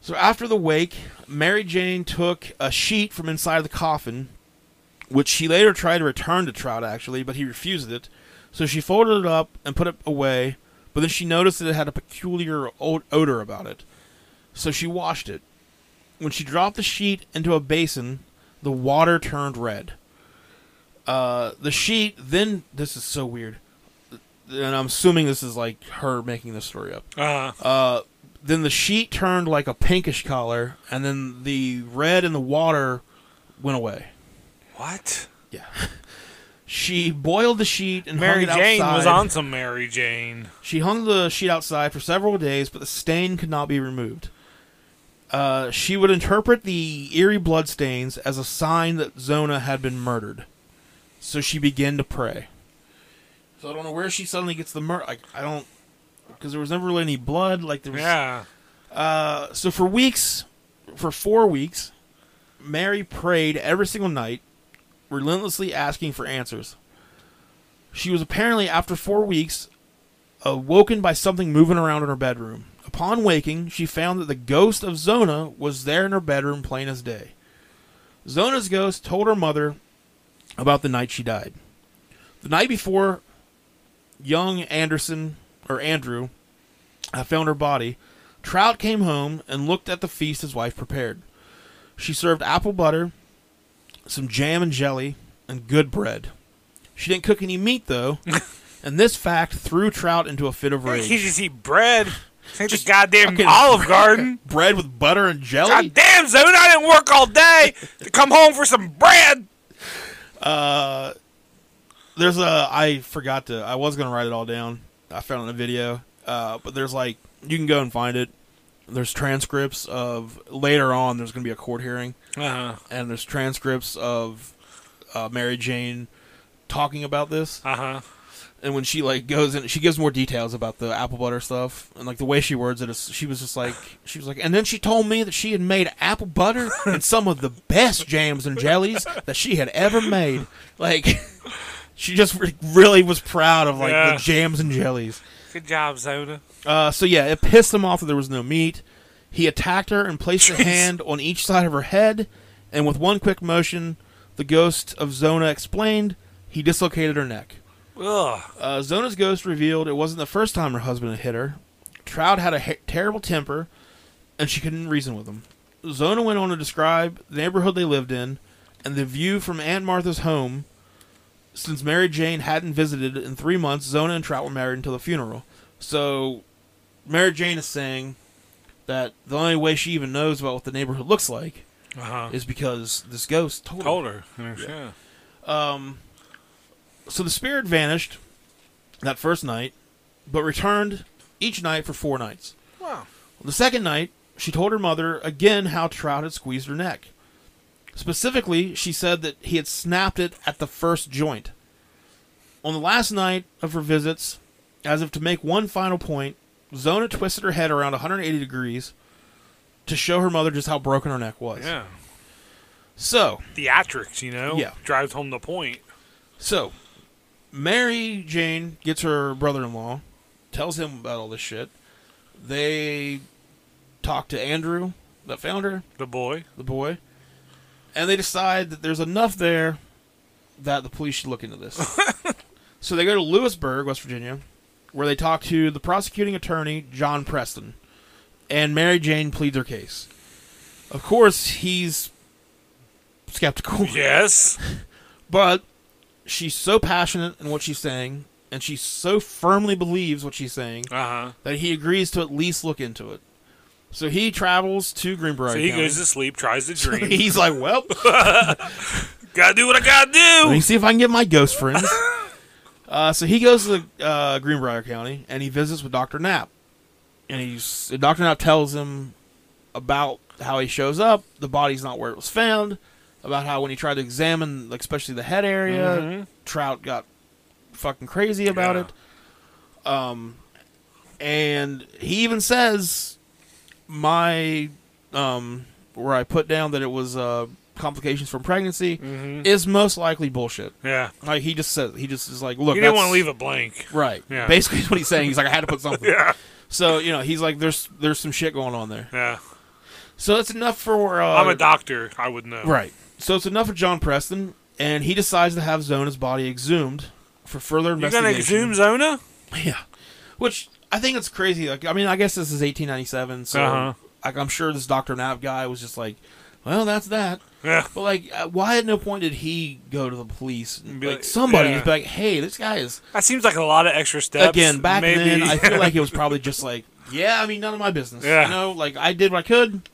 A: So after the wake, Mary Jane took a sheet from inside the coffin, which she later tried to return to Trout, actually, but he refused it. So she folded it up and put it away, but then she noticed that it had a peculiar o- odor about it. So she washed it. When she dropped the sheet into a basin, the water turned red. Uh, the sheet then, this is so weird, and I'm assuming this is like her making this story up.
B: Uh,
A: Uh, then the sheet turned like a pinkish color, and then the red in the water went away.
B: what?
A: Yeah. She boiled the sheet and
B: Mary
A: hung it
B: Jane was
A: outside.
B: on some Mary Jane.
A: She hung the sheet outside for several days, but the stain could not be removed. Uh, she would interpret the eerie bloodstains as a sign that Zona had been murdered. So she began to pray. So I don't know where she suddenly gets the murder. I, I don't. Because there was never really any blood. Like, there was.
B: Yeah.
A: Uh, so for weeks, for four weeks, Mary prayed every single night, relentlessly asking for answers. She was apparently, after four weeks, awoken by something moving around in her bedroom. Upon waking, she found that the ghost of Zona was there in her bedroom, plain as day. Zona's ghost told her mother about the night she died. The night before, young Anderson, or Andrew, I found her body. Trout came home and looked at the feast his wife prepared. She served apple butter, some jam and jelly, and good bread. She didn't cook any meat, though, and this fact threw Trout into a fit of
B: You
A: rage.
B: just eat bread. This ain't the goddamn
A: fucking-
B: Olive Garden.
A: Bread with butter and jelly?
B: Goddamn, Zona, I didn't work all day to come home for some bread.
A: Uh, there's a I forgot to I was gonna write it all down. I found it in a video. Uh, but there's like you can go and find it. There's transcripts of later on. There's gonna be a court hearing,
B: Uh-huh.
A: and there's transcripts of uh, Mary Jane talking about this.
B: Uh-huh.
A: And when she like goes in, she gives more details about the apple butter stuff, and like the way she words it is, she was just like she was like, and then she told me that she had made apple butter and some of the best jams and jellies that she had ever made. Like, she just re- really was proud of like
B: Yeah.
A: the jams and jellies.
B: Good job, Zona.
A: Uh, so yeah, it pissed him off that there was no meat. He attacked her and placed a
B: Jeez.
A: hand on each side of her head, and with one quick motion, the ghost of Zona explained, he dislocated her neck.
B: Ugh.
A: Uh, Zona's ghost revealed it wasn't the first time her husband had hit her. Trout had a he- terrible temper, and she couldn't reason with him. Zona went on to describe the neighborhood they lived in and the view from Aunt Martha's home, since Mary Jane hadn't visited in three months, Zona and Trout were married until the funeral. So, Mary Jane is saying that the only way she even knows about what the neighborhood looks like
B: Uh-huh.
A: is because this ghost told,
B: Told her. Yeah.
A: her. Um, so the spirit vanished that first night, but returned each night for four nights.
B: Wow.
A: The second night, she told her mother again how Trout had squeezed her neck. Specifically, she said that he had snapped it at the first joint. On the last night of her visits, as if to make one final point, Zona twisted her head around 180 degrees to show her mother just how broken her neck was.
B: Yeah.
A: So,
B: Theatrics, you know?
A: Yeah.
B: Drives home the point.
A: so Mary Jane gets her brother-in-law, tells him about all this shit. They talk to Andrew that found her.
B: The boy.
A: the boy, and they decide that there's enough there that the police should look into this. so they go to Lewisburg, West Virginia, where they talk to the prosecuting attorney, John Preston, and Mary Jane pleads her case. Of course, he's skeptical,
B: Yes.
A: but she's so passionate in what she's saying, and she so firmly believes what she's saying
B: Uh huh.
A: that he agrees to at least look into it. So he travels to Greenbrier.
B: So he
A: County.
B: goes to sleep, tries to dream.
A: He's like, well,
B: gotta do what I gotta
A: Let me
B: do.
A: see if I can get my ghost friends. uh, so he goes to uh, Greenbrier County and he visits with Doctor Knapp, and he's and Doctor Knapp tells him about how he shows up. The body's not where it was found. About how when he tried to examine, like especially the head area,
B: Mhm.
A: Trout got fucking crazy about
B: Yeah.
A: it. Um, and he even says my um where I put down that it was uh complications from pregnancy
B: Mm-hmm.
A: is most likely bullshit.
B: Yeah.
A: Like he just says, he just is like, look,
B: You didn't want
A: that's-
B: to leave it blank.
A: right.
B: Yeah.
A: Basically, is what he's saying. He's like, I had to put something.
B: Yeah.
A: So you know, he's like, there's there's some shit going on there.
B: Yeah.
A: So that's enough for. Uh,
B: I'm a doctor. I would know.
A: Right. So it's enough for John Preston, and he decides to have Zona's body exhumed for further
B: You're gonna
A: investigation.
B: exhume Zona?
A: Yeah. Which I think it's crazy. Like, I mean, I guess this is 1897, so
B: Uh-huh.
A: like I'm sure this Doctor Nav guy was just like, well, that's that.
B: Yeah.
A: But like, uh, why at no point did he go to the police? And be
B: Be
A: like,
B: like,
A: somebody
B: yeah.
A: just be like, hey, this guy is
B: That seems like a lot of extra steps.
A: again back
B: Maybe.
A: then. I feel like it was probably just like, yeah, I mean, none of my business.
B: Yeah.
A: You know, like I did what I could,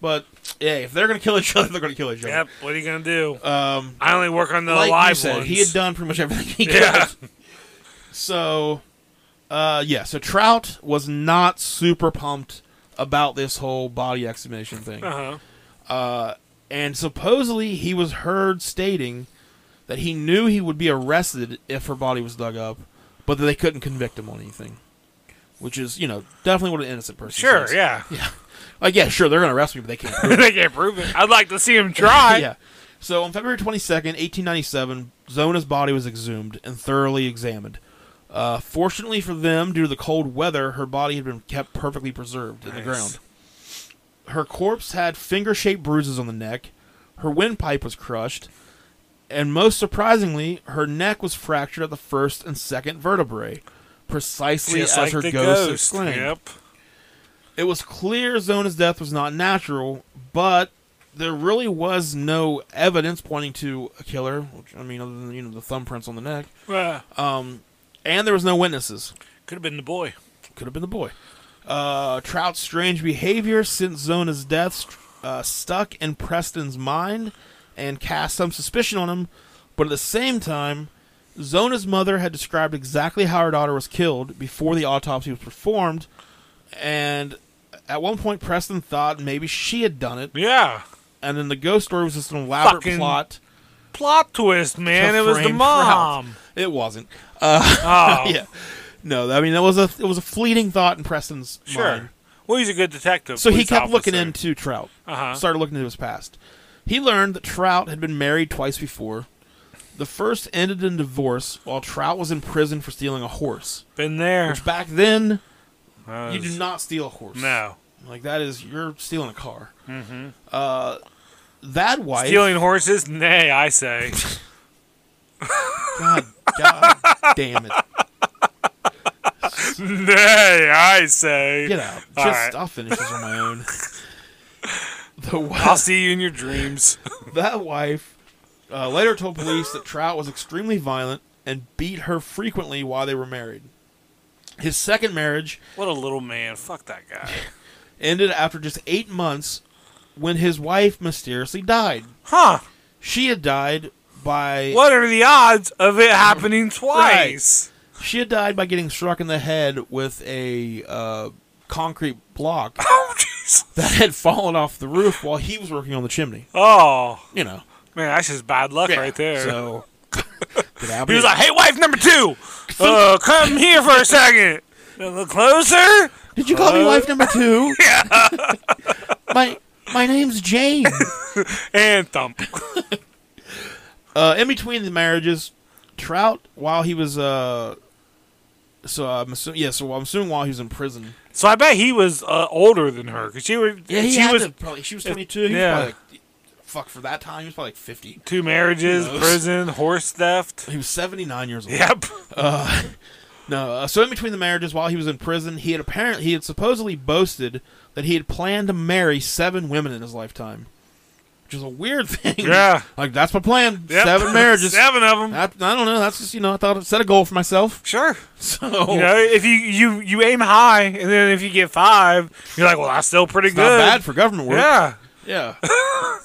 A: but yeah, if they're gonna kill each other, they're gonna kill each
B: Yep.
A: other.
B: What are you gonna do?
A: Um,
B: I only work on the
A: like
B: live
A: you said,
B: ones.
A: he had done pretty much everything he could.
B: Yeah.
A: So, uh, yeah. So Trout was not super pumped about this whole body exhumation thing,
B: Uh-huh.
A: and supposedly he was heard stating that he knew he would be arrested if her body was dug up, but that they couldn't convict him on anything, which is you know definitely what an innocent person.
B: Sure.
A: says.
B: Yeah.
A: yeah. Like yeah, sure they're gonna arrest me, but they can't prove
B: they can't prove it. I'd like to see him try.
A: yeah. So on February 22nd, 1897, Zona's body was exhumed and thoroughly examined. Uh, fortunately for them, due to the cold weather, her body had been kept perfectly preserved in the
B: Nice.
A: ground. Her corpse had finger shaped bruises on the neck, her windpipe was crushed, and most surprisingly, her neck was fractured at the first and second vertebrae, precisely
B: Just
A: as
B: like
A: her
B: the
A: ghost,
B: ghost.
A: exclaimed.
B: Yep.
A: It was clear Zona's death was not natural, but there really was no evidence pointing to a killer. Which, I mean, other than you know the thumbprints on the neck,
B: Well,
A: um, and there was no witnesses.
B: could have been the boy.
A: Could have been the boy. Uh, Trout's strange behavior since Zona's death uh, stuck in Preston's mind and cast some suspicion on him, but at the same time, Zona's mother had described exactly how her daughter was killed before the autopsy was performed, and at one point, Preston thought maybe she had done it,
B: Yeah.
A: and then the ghost story was just an elaborate
B: Fucking
A: plot.
B: Plot twist, man.
A: to
B: It was the
A: frame
B: mom.
A: Trout. It wasn't.
B: Oh,
A: Yeah, no, I mean that was a it was a fleeting thought in Preston's
B: sure.
A: mind.
B: Well, he's a good detective.
A: So he
B: police
A: kept looking
B: officer.
A: into Trout.
B: Uh-huh.
A: Started looking into his past. He learned that Trout had been married twice before. The first ended in divorce while Trout was in prison for stealing a horse.
B: Been there.
A: Which back then,
B: Uh,
A: you do not steal a horse.
B: No.
A: Like, that is, you're stealing a car. Mm-hmm. Uh, that wife.
B: Stealing horses? Nay, I say.
A: God, God damn it.
B: Nay, I say.
A: Get out. Just,
B: All right.
A: I'll finish this on my own. The
B: I'll
A: wife,
B: see you in your dreams.
A: that wife uh, later told police that Trout was extremely violent and beat her frequently while they were married. His second marriage
B: What a little man. Fuck that guy.
A: ended after just eight months when his wife mysteriously died.
B: Huh.
A: She had died by
B: What are the odds of it happening twice?
A: she had died by getting struck in the head with a uh, concrete block
B: Oh, jeez.
A: that had fallen off the roof while he was working on the chimney.
B: Oh,
A: You know,
B: man, that's just bad luck right there.
A: So Did Albert-
B: he was like, hey, wife number two, uh, come here for a second. A little closer?
A: "Did you call me wife number two? my my name's Jane."
B: And thump.
A: Uh, in between the marriages, Trout, while he was uh, so I'm assuming yeah, so I'm assuming while he was in prison,
B: So I bet he was uh, older than her because she, were,
A: he
B: she was
A: probably she was 22. He
B: yeah.
A: was probably like, fuck for that time. He was probably like 50.
B: two marriages,
A: Who knows?
B: prison, horse theft.
A: He was 79 years old.
B: Yep.
A: No, uh, so in between the marriages, while he was in prison, he had apparently he had supposedly boasted that he had planned to marry seven women in his lifetime, which is a weird thing.
B: Yeah.
A: like that's my plan.
B: Yep.
A: Seven marriages.
B: Seven of them.
A: I, I don't know. That's just you know I thought I set a goal for myself.
B: Sure.
A: So
B: You know, if you, you you aim high, and then if you get five, you're like, well, that's still pretty
A: it's not
B: good.
A: bad for government work.
B: Yeah.
A: Yeah.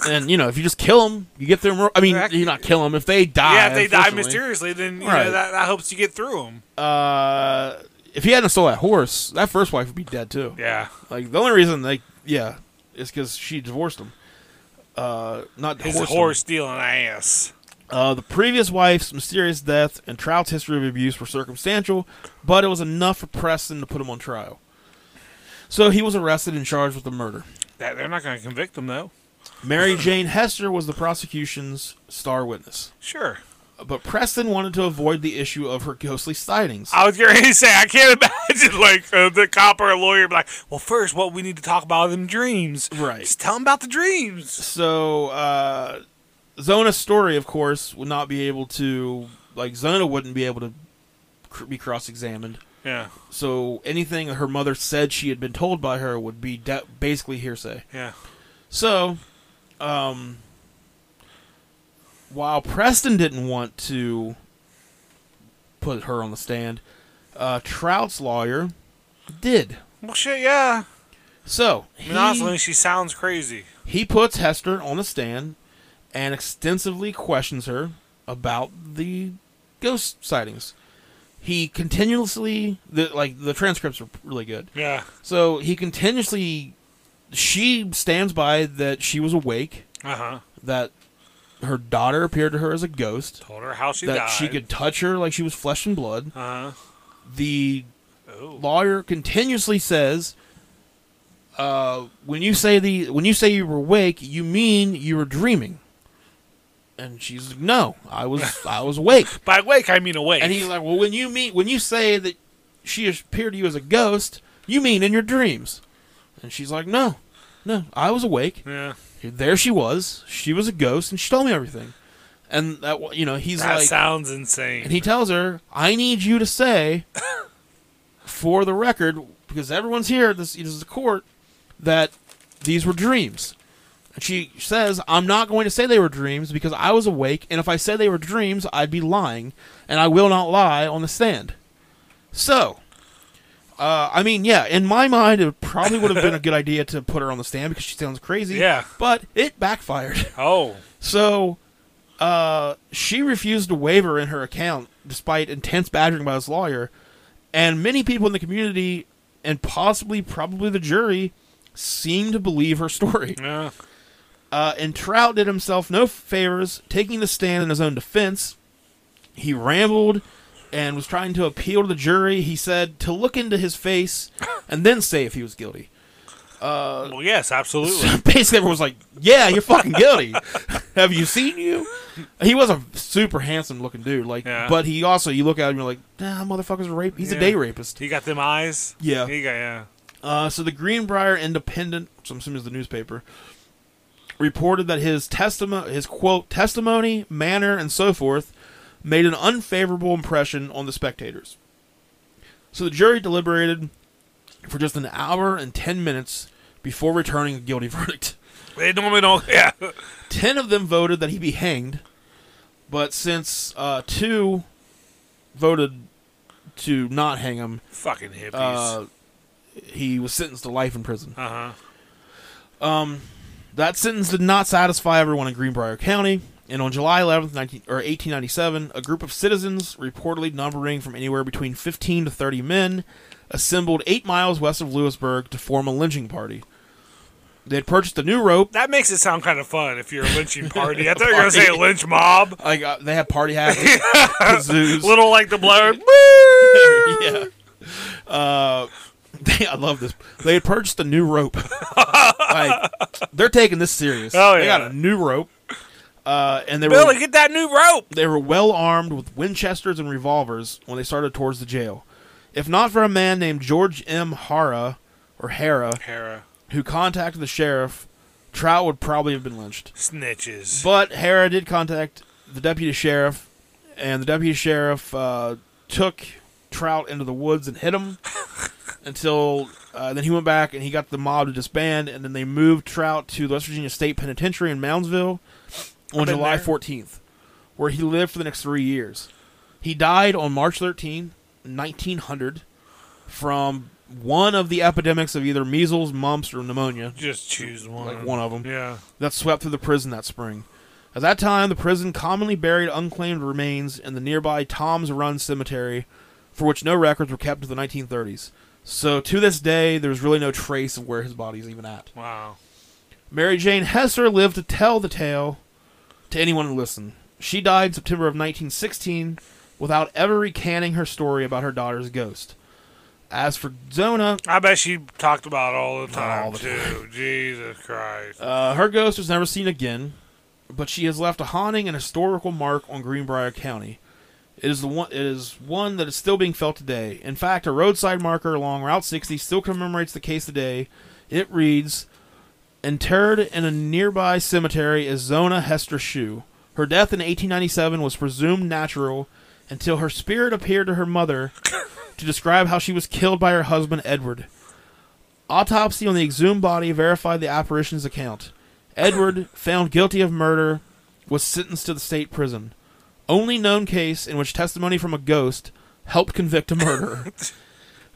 A: and you know, if you just kill them, you get their. mor- I mean,
B: Exactly.
A: you not kill them if they die.
B: Yeah, if they die
A: unfortunately.
B: mysteriously, then you
A: Right.
B: know, that, that helps you get through them.
A: Uh, if he hadn't stole that horse, that first wife would be dead too.
B: Yeah.
A: Like the only reason they, yeah, is because she divorced him. Uh, not
B: His
A: divorced him.
B: horse stealing ass.
A: Uh, the previous wife's mysterious death and Trout's history of abuse were circumstantial, but it was enough for Preston to put him on trial. So he was arrested and charged with the murder.
B: That they're not going to convict him though.
A: Mary Jane Hester was the prosecution's star witness.
B: Sure.
A: But Preston wanted to avoid the issue of her ghostly sightings.
B: I was going to say I can't imagine like uh, the cop or a lawyer be like, well, first, what we need to talk about are them dreams.
A: Right.
B: Just tell him about the dreams.
A: So, uh, Zona's story, of course, would not be able to, like, Zona wouldn't be able to cr- be cross examined.
B: Yeah.
A: So, anything her mother said she had been told by her would be de- basically hearsay.
B: Yeah.
A: So, um, while Preston didn't want to put her on the stand, uh, Trout's lawyer did.
B: Well, shit. Yeah.
A: So,
B: I
A: he,
B: mean, honestly, she sounds crazy.
A: he puts Hester on the stand and extensively questions her about the ghost sightings. He continuously, the, like the transcripts are really good.
B: Yeah.
A: So he continuously, she stands by that she was awake,
B: Uh huh.
A: that her daughter appeared to her as a ghost,
B: Told her how she
A: that
B: died.
A: she could touch her like she was flesh and blood.
B: Uh huh.
A: The
B: Oh.
A: lawyer continuously says, uh, "When you say the when you say you were awake, you mean you were dreaming." And she's like, "No, I was I was awake."
B: By awake, I mean awake.
A: And he's like, "Well, when you mean when you say that she appeared to you as a ghost, you mean in your dreams." And she's like, "No, no, I was awake.
B: yeah.
A: There she was. She was a ghost, and she told me everything." And that wa- you know he's
B: That
A: like,
B: sounds insane.
A: and he tells her, "I need you to say, for the record, because everyone's here. This, this is the court that these were dreams." And she says, "I'm not going to say they were dreams because I was awake, and if I said they were dreams, I'd be lying, and I will not lie on the stand." So, uh, I mean, yeah, in my mind, it probably would have been a good idea to put her on the stand because she sounds crazy.
B: Yeah.
A: but it backfired.
B: oh.
A: So, uh, she refused to waver in her account despite intense badgering by his lawyer, and many people in the community and possibly probably the jury seemed to believe her story.
B: Yeah.
A: Uh, and Trout did himself no favors, taking the stand in his own defense. He rambled and was trying to appeal to the jury. He said to look into his face and then say if he was guilty. Uh,
B: Well, yes, absolutely.
A: So basically, everyone was like, "Yeah, you're fucking guilty. Have you seen you?" He was a super handsome looking dude, like,
B: Yeah.
A: but he also you look at him, you're like, "Nah, motherfucker's a rape. He's
B: Yeah.
A: a day rapist."
B: He got them eyes.
A: Yeah.
B: He got yeah.
A: Uh, so the Greenbrier Independent, which I'm assuming is the newspaper, reported that his testimony, his quote, testimony, manner, and so forth, made an unfavorable impression on the spectators. So the jury deliberated for just an hour and ten minutes before returning a guilty verdict.
B: They normally don't. Yeah.
A: Ten of them voted that he be hanged, But since uh, two voted to not hang him,
B: Fucking hippies. Uh-huh. Uh
A: uh, he was sentenced to life in prison.
B: huh.
A: Um, that sentence did not satisfy everyone in Greenbrier County, and on July 11th, 19, or 1897, a group of citizens, reportedly numbering from anywhere between 15 to 30 men, assembled eight miles west of Lewisburg to form a lynching party. They had purchased a new rope.
B: That makes it sound kind of fun if you're a lynching party. I thought you were gonna say a lynch mob.
A: Like uh, they had party hats, kazoos.
B: Little like the blur.
A: yeah. Uh, they, I love this. They had purchased a new rope. like they're taking this serious.
B: Oh,
A: They
B: yeah.
A: got a new rope. Uh, and they
B: Billy,
A: were
B: get that new rope.
A: they were well armed with Winchesters and revolvers when they started towards the jail. If not for a man named George M. Hara or Hara
B: Hera.
A: who contacted the sheriff, Trout would probably have been lynched.
B: Snitches.
A: But Hera did contact the deputy sheriff, and the deputy sheriff uh, took Trout into the woods and hit him until uh, then he went back and he got the mob to disband, and then they moved Trout to the West Virginia State Penitentiary in Moundsville on
B: been
A: July
B: there.
A: 14th, where he lived for the next three years. He died on March 13, 1900, from one of the epidemics of either measles, mumps, or pneumonia,
B: Just choose one.
A: like one of them
B: Yeah.
A: that swept through the prison that spring. At that time, the prison commonly buried unclaimed remains in the nearby Tom's Run Cemetery, for which no records were kept until the 1930s. So to this day, there's really no trace of where his body is even at.
B: Wow.
A: Mary Jane Hesser lived to tell the tale to anyone who listened. She died in September of 1916 without ever recanting her story about her daughter's ghost. As for Zona,
B: I bet she talked about it all the time
A: All the
B: too. Jesus Christ.
A: Uh, her ghost was never seen again, but she has left a haunting and historical mark on Greenbrier County. It is the one. It is one that is still being felt today. In fact, a roadside marker along Route 60 still commemorates the case today. It reads, "Interred in a nearby cemetery is Zona Hester Shue. Her death in 1897 was presumed natural, until her spirit appeared to her mother to describe how she was killed by her husband Edward. Autopsy on the exhumed body verified the apparition's account. Edward, found guilty of murder, was sentenced to the state prison. Only known case in which testimony from a ghost helped convict a murderer.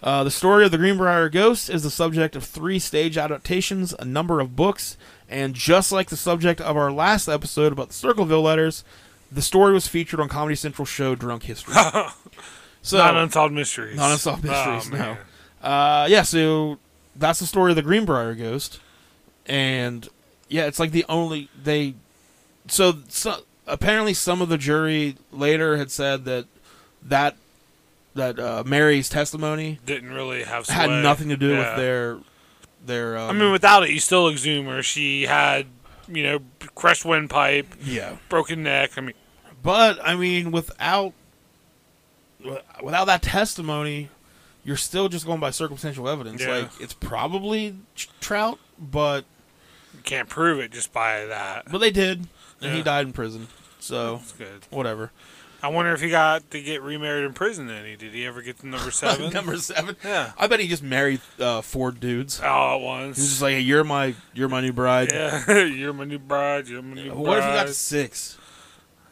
A: Uh, the story of the Greenbrier ghost is the subject of three stage adaptations, a number of books, and just like the subject of our last episode about the Circleville letters, the story was featured on Comedy Central show Drunk History. so
B: Not unsolved mysteries.
A: not unsolved mysteries.
B: Oh,
A: no.
B: man.
A: Uh, yeah. So that's the story of the Greenbrier ghost, and yeah, it's like the only they. So, so apparently, some of the jury later had said that that that uh, Mary's testimony
B: Didn't really have
A: had
B: sway.
A: nothing to do
B: Yeah.
A: with their their. Um,
B: I mean, without it, you still exhume her. She had, you know, crushed windpipe,
A: yeah,
B: broken neck. I mean,
A: but I mean, without without that testimony. You're still just going by circumstantial evidence.
B: Yeah.
A: Like it's probably Tr- Trout, but
B: you can't prove it just by that.
A: But they did, and he
B: Yeah.
A: died in prison. So
B: That's good.
A: whatever.
B: I wonder if he got to get remarried in prison. Then he did. He ever get to number seven?
A: Number seven.
B: Yeah.
A: I bet he just married uh, four dudes.
B: All at
A: He's just
B: once.
A: like, hey, you're my, you're my new bride.
B: Yeah, you're my new bride. You're my new
A: But
B: bride.
A: what if he got to six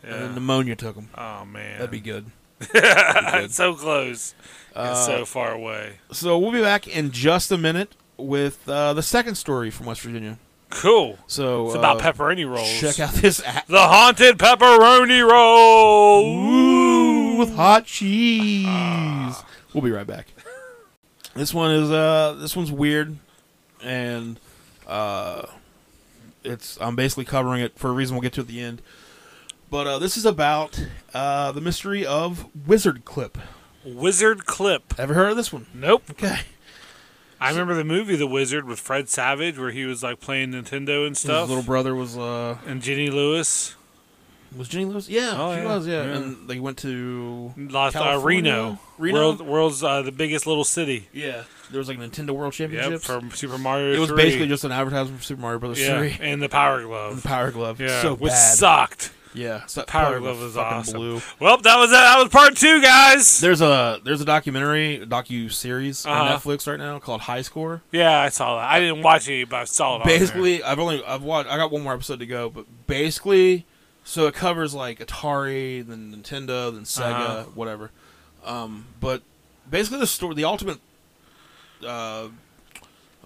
A: and then
B: yeah.
A: pneumonia took him?
B: Oh man,
A: That'd be good.
B: it's so close.
A: Uh,
B: it's so far away.
A: So we'll be back in just a minute with uh, the second story from West Virginia.
B: Cool.
A: So
B: It's about
A: uh,
B: pepperoni rolls.
A: Check out this app
B: the haunted pepperoni roll.
A: with hot cheese. We'll be right back. Ah. This one is uh, this one's weird, and uh, it's I'm basically covering it for a reason we'll get to at the end. But uh, this is about uh, the mystery of Wizard Clip.
B: Wizard clip.
A: Ever heard of this one?
B: Nope.
A: Okay.
B: I remember the movie The Wizard with Fred Savage, where he was like playing Nintendo and
A: His
B: stuff,
A: little brother was uh,
B: and Jenny Lewis
A: was Jenny Lewis? Yeah,
B: Oh,
A: she
B: yeah.
A: was. Yeah.
B: Yeah.
A: and they went to
B: lost uh,
A: California?
B: Reno,
A: Reno?
B: World, world's uh, the biggest little city.
A: yeah. There was like Nintendo World
B: Yep,
A: Championships.
B: from Super Mario.
A: it was
B: 3.
A: basically just an advertisement for Super Mario Brothers
B: yeah,
A: Three.
B: and the Power
A: The
B: Glove.
A: Power Glove.
B: yeah,
A: so
B: which
A: bad.
B: sucked.
A: Yeah, so
B: Power
A: Power
B: Glove
A: was
B: is
A: fucking
B: awesome.
A: blue.
B: Well, that was that. was part two, guys.
A: There's a there's a documentary docu series
B: Uh-huh.
A: on Netflix right now called High Score.
B: yeah, I saw that. I didn't watch it, but I saw it. on there.
A: Basically, I've only I've watched I got one more episode to go, but basically, So it covers like Atari, then Nintendo, then Sega,
B: Uh-huh.
A: whatever. Um, but basically, the story, the ultimate, uh,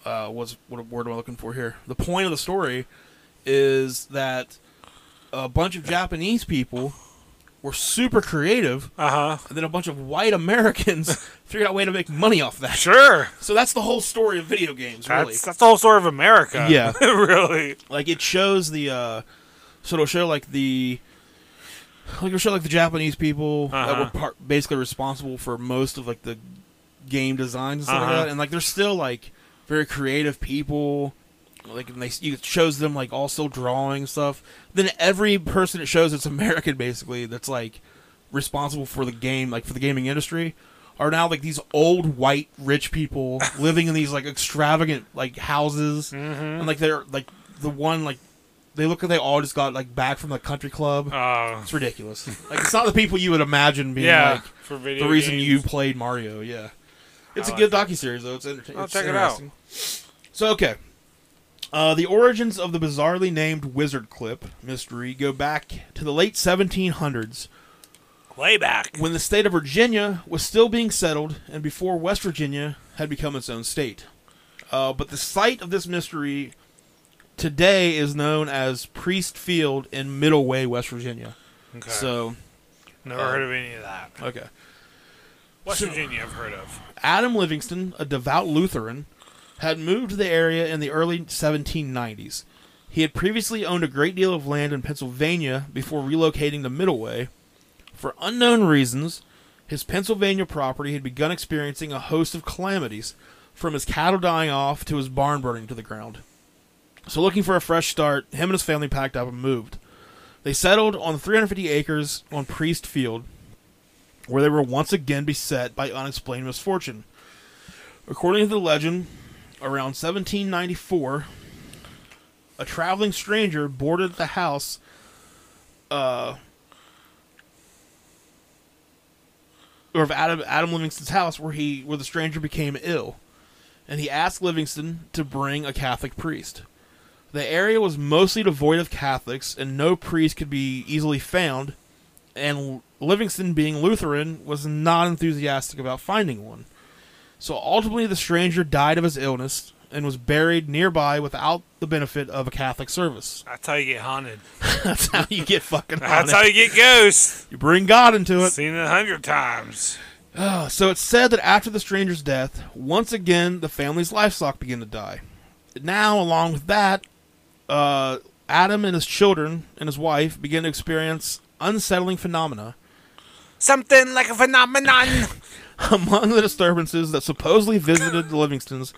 A: uh, what's what word am I looking for here? The point of the story is that a bunch of Japanese people were super creative,
B: Uh huh.
A: and then a bunch of white Americans figured out a way to make money off that.
B: Sure.
A: So that's the whole story of video games,
B: That's
A: really.
B: that's the whole story of America.
A: Yeah.
B: really.
A: like it shows the uh so it'll show like the like it'll show like the Japanese people that
B: Uh-huh.
A: were par- basically responsible for most of like the game designs and stuff
B: Uh-huh.
A: like that, and like they're still like very creative people. Like and they, you it shows them like all still drawing stuff. Then every person it shows it's American basically that's like responsible for the game, like for the gaming industry, are now like these old white rich people living in these like extravagant like houses, and like they're like the one like they look like they all just got like back from the country club.
B: Uh,
A: it's ridiculous. like it's not the people you would imagine being
B: yeah.
A: like
B: for video
A: the reason
B: games. Oh,
A: you played Mario. Yeah, it's
B: I
A: a good docu series though. It's, entertaining.
B: I'll
A: it's
B: check it out.
A: interesting. So okay. Uh, the origins of the bizarrely named Wizard Clip mystery go back to the late 1700s,
B: way back.
A: when the state of Virginia was still being settled and before West Virginia had become its own state. Uh, but the site of this mystery today is known as Priest Field in Middleway, West Virginia.
B: Okay.
A: So,
B: Never
A: uh,
B: heard of any of that.
A: okay.
B: West
A: so-
B: Virginia, I've heard of.
A: Adam Livingston, a devout Lutheran, had moved to the area in the early 1790s. He had previously owned a great deal of land in Pennsylvania before relocating to Middleway. For unknown reasons, his Pennsylvania property had begun experiencing a host of calamities, from his cattle dying off to his barn burning to the ground. So, looking for a fresh start, him and his family packed up and moved. They settled on 350 acres on Priest Field, where they were once again beset by unexplained misfortune. According to the legend, around 1794, a traveling stranger boarded the house. Uh, or of Adam Adam Livingston's house, where he where the stranger became ill, and he asked Livingston to bring a Catholic priest. The area was mostly devoid of Catholics, and no priest could be easily found and Livingston, being Lutheran, was not enthusiastic about finding one. So ultimately, the stranger died of his illness and was buried nearby without the benefit of a Catholic service.
B: That's how you get haunted.
A: That's how you get fucking
B: That's
A: haunted.
B: how you get ghosts.
A: You bring God into it.
B: Seen it a hundred times. Uh,
A: Ah, so it's said that after the stranger's death, once again the family's livestock began to die. Now, along with that, uh, Adam and his children and his wife began to experience unsettling phenomena.
B: Something like a phenomenon.
A: Among the disturbances that supposedly visited the Livingstons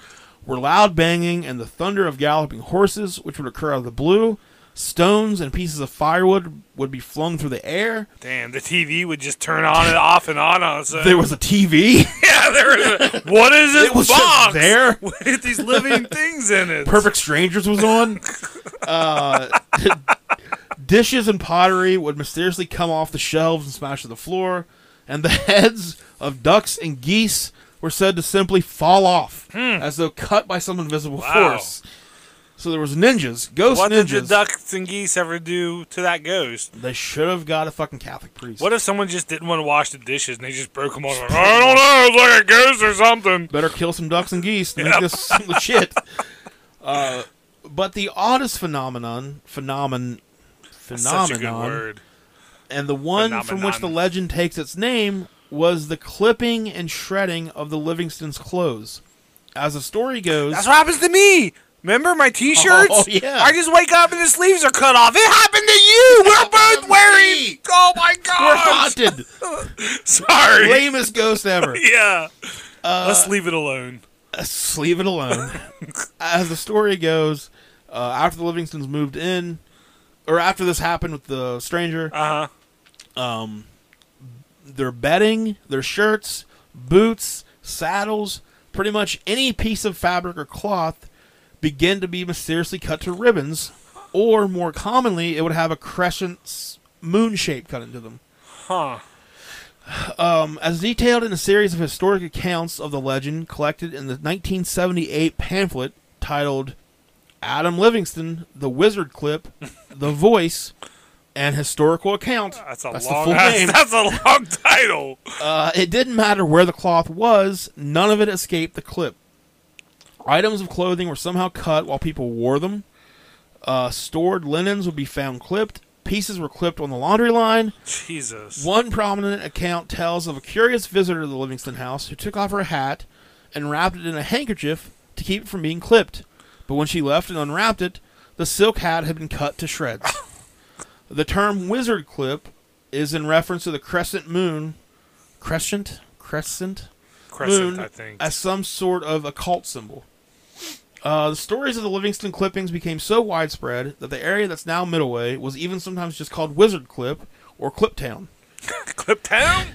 A: were loud banging and the thunder of galloping horses, which would occur out of the blue. Stones and pieces of firewood would be flung through the air.
B: Damn, the TV would just turn on and off and on on us.
A: There was a TV.
B: yeah, there was. A, what is this
A: It was just
B: box
A: there.
B: with these living things in it?
A: Perfect Strangers was on. Uh, dishes and pottery would mysteriously come off the shelves and smash to the floor, and the heads of ducks and geese were said to simply fall off as though cut by some invisible
B: Hmm. Wow.
A: force. So there was ninjas, ghost
B: What did the
A: ninjas.
B: ducks and geese ever do to that ghost?
A: they should have got a fucking Catholic priest.
B: What if someone just didn't want to wash the dishes and they just broke them all? Like, I don't know, it's like a ghost or something.
A: Better kill some ducks and geese to make this some legit. Uh, but the oddest phenomenon, phenomenon, phenomenon,
B: Such a good word.
A: and the one from which the
B: Phenomenon.
A: legend takes its name was the clipping and shredding of the Livingston's clothes. As the story goes,
B: That's what happens to me. Remember my T-shirts?
A: Oh, yeah.
B: I just wake up and the sleeves are cut off. It happened to you. We're both wearing. Oh my
A: we're
B: god.
A: haunted,
B: Sorry.
A: lamest ghost ever.
B: Yeah.
A: Uh,
B: Let's leave it alone.
A: Let's leave it alone. As the story goes, uh, after the Livingstons moved in, or after this happened with the stranger,
B: Uh huh.
A: um, their bedding, their shirts, boots, saddles, pretty much any piece of fabric or cloth begin to be mysteriously cut to ribbons, or more commonly, it would have a crescent s- moon shape cut into them.
B: Huh.
A: Um, as detailed in a series of historic accounts of the legend collected in the 1978 pamphlet titled Adam Livingston, The Wizard Clip, The Voice, and historical account.
B: That's a
A: That's the
B: long.
A: full
B: That's,
A: name.
B: that's a long title.
A: Uh, it didn't matter where the cloth was, none of it escaped the clip. Items of clothing were somehow cut while people wore them. Uh, stored linens would be found clipped. Pieces were clipped on the laundry line.
B: Jesus.
A: One prominent account tells of a curious visitor to the Livingston house who took off her hat and wrapped it in a handkerchief to keep it from being clipped. But when she left and unwrapped it, the silk hat had been cut to shreds. the term wizard clip is in reference to the crescent moon. Crescent? Crescent?
B: Crescent,
A: moon
B: I think.
A: as some sort of occult symbol. Uh, the stories of the Livingston clippings became so widespread that the area that's now Middleway was even sometimes just called Wizard Clip or Clip Town.
B: Clip Town.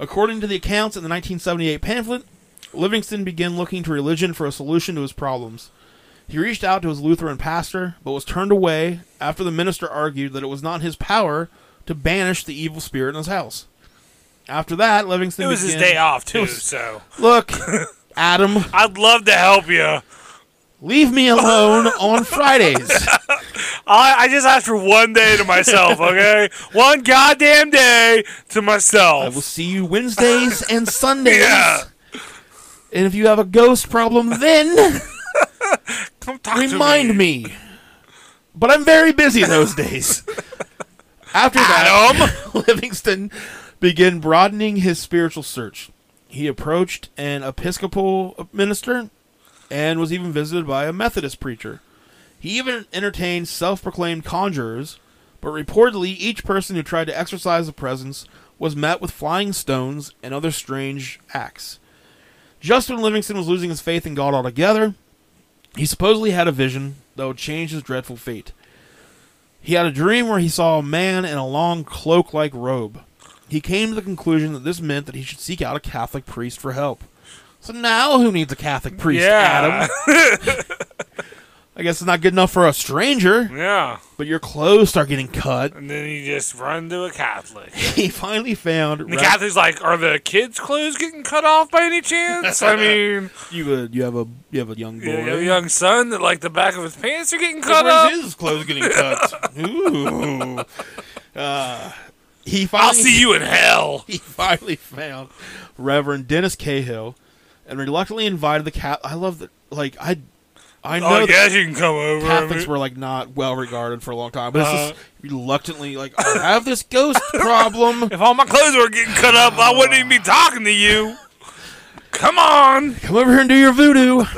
A: According to the accounts in the 1978 pamphlet, Livingston began looking to religion for a solution to his problems. He reached out to his Lutheran pastor, but was turned away after the minister argued that it was not his power to banish the evil spirit in his house. After that, Livingston
B: It was his
A: began,
B: day off too,
A: It was-
B: so
A: Look, Adam,
B: I'd love to help you.
A: leave me alone on Fridays.
B: I, I just asked for one day to myself, okay? one goddamn day to myself.
A: I will see you Wednesdays and Sundays.
B: Yeah.
A: And if you have a ghost problem, then
B: Come talk to
A: remind
B: me.
A: me. But I'm very busy those days. After that, Livingston began broadening his spiritual search. He approached an Episcopal minister and was even visited by a Methodist preacher. He even entertained self proclaimed conjurers, but reportedly, each person who tried to exorcise the presence was met with flying stones and other strange acts. Just when Livingston was losing his faith in God altogether, he supposedly had a vision that would change his dreadful fate. He had a dream where he saw a man in a long cloak like robe. He came to the conclusion that this meant that he should seek out a Catholic priest for help. So now who needs a Catholic priest,
B: Yeah.
A: Adam? I guess it's not good enough for a stranger,
B: Yeah.
A: but your clothes start getting cut.
B: And then you just run to a Catholic.
A: He finally found
B: And the
A: ra-
B: Catholic's like, are the kids' clothes getting cut off by any chance? I mean,
A: you uh, you have a you have a young boy.
B: you have a young son that like the back of his pants are getting cut
A: Where's
B: off.
A: his clothes getting cut? Ooh. Uh, he finally
B: I'll see you in hell.
A: he finally found Reverend Dennis Cahill and reluctantly invited the cat. I love that. Like I I know
B: Oh, I
A: that
B: guess you can come over. I
A: Catholics
B: mean-
A: were like not well regarded for a long time, but
B: Uh-huh.
A: it's just reluctantly like I have this ghost problem.
B: if all my clothes were getting cut up, I wouldn't even be talking to you. Come on.
A: Come over here and do your voodoo.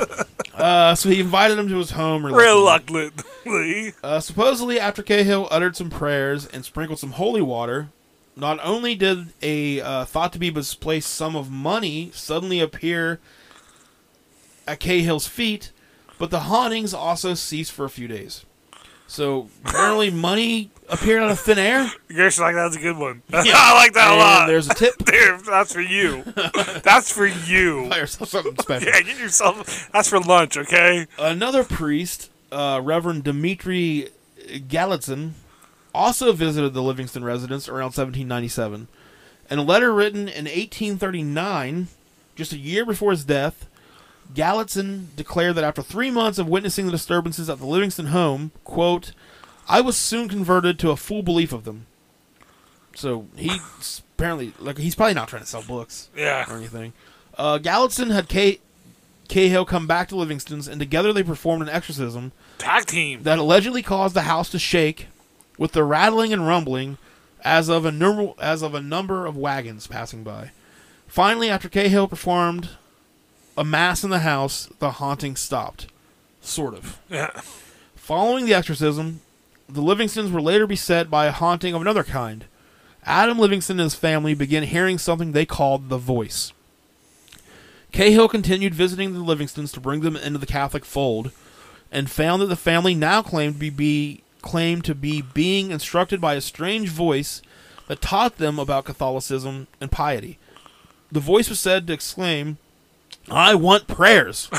A: Uh, so he invited him to his home. reluctantly.
B: Reluctantly.
A: Uh, supposedly, after Cahill uttered some prayers and sprinkled some holy water, not only did a uh, thought to be misplaced sum of money suddenly appear at Cahill's feet, but the hauntings also ceased for a few days. So apparently, money appeared out of thin air.
B: Gersh, like that's a good one. I like that a
A: and
B: lot.
A: There's a tip.
B: There, that's for you. that's for you.
A: Buy yourself something special.
B: Yeah, get yourself. That's for lunch, okay?
A: Another priest, uh, Reverend Dmitri Gallatin, also visited the Livingston residence around 1797. In a letter written in 1839, just a year before his death, Gallatin declared that after three months of witnessing the disturbances at the Livingston home, quote, I was soon converted to a full belief of them. So he apparently, like, he's probably not trying to sell books or
B: Yeah.
A: anything. Uh, Gallatin had Kay- Cahill come back to Livingston's, and together they performed an exorcism
B: Tag team.
A: that allegedly caused the house to shake with the rattling and rumbling as of a number, as of a number of wagons passing by. Finally, after Cahill performed a mass in the house, the haunting stopped. Sort of.
B: Yeah.
A: Following the exorcism, the Livingstons were later beset by a haunting of another kind. Adam Livingston and his family began hearing something they called the voice. Cahill continued visiting the Livingstons to bring them into the Catholic fold, and found that the family now claimed to be, be claimed to be being instructed by a strange voice that taught them about Catholicism and piety. The voice was said to exclaim, "I want prayers."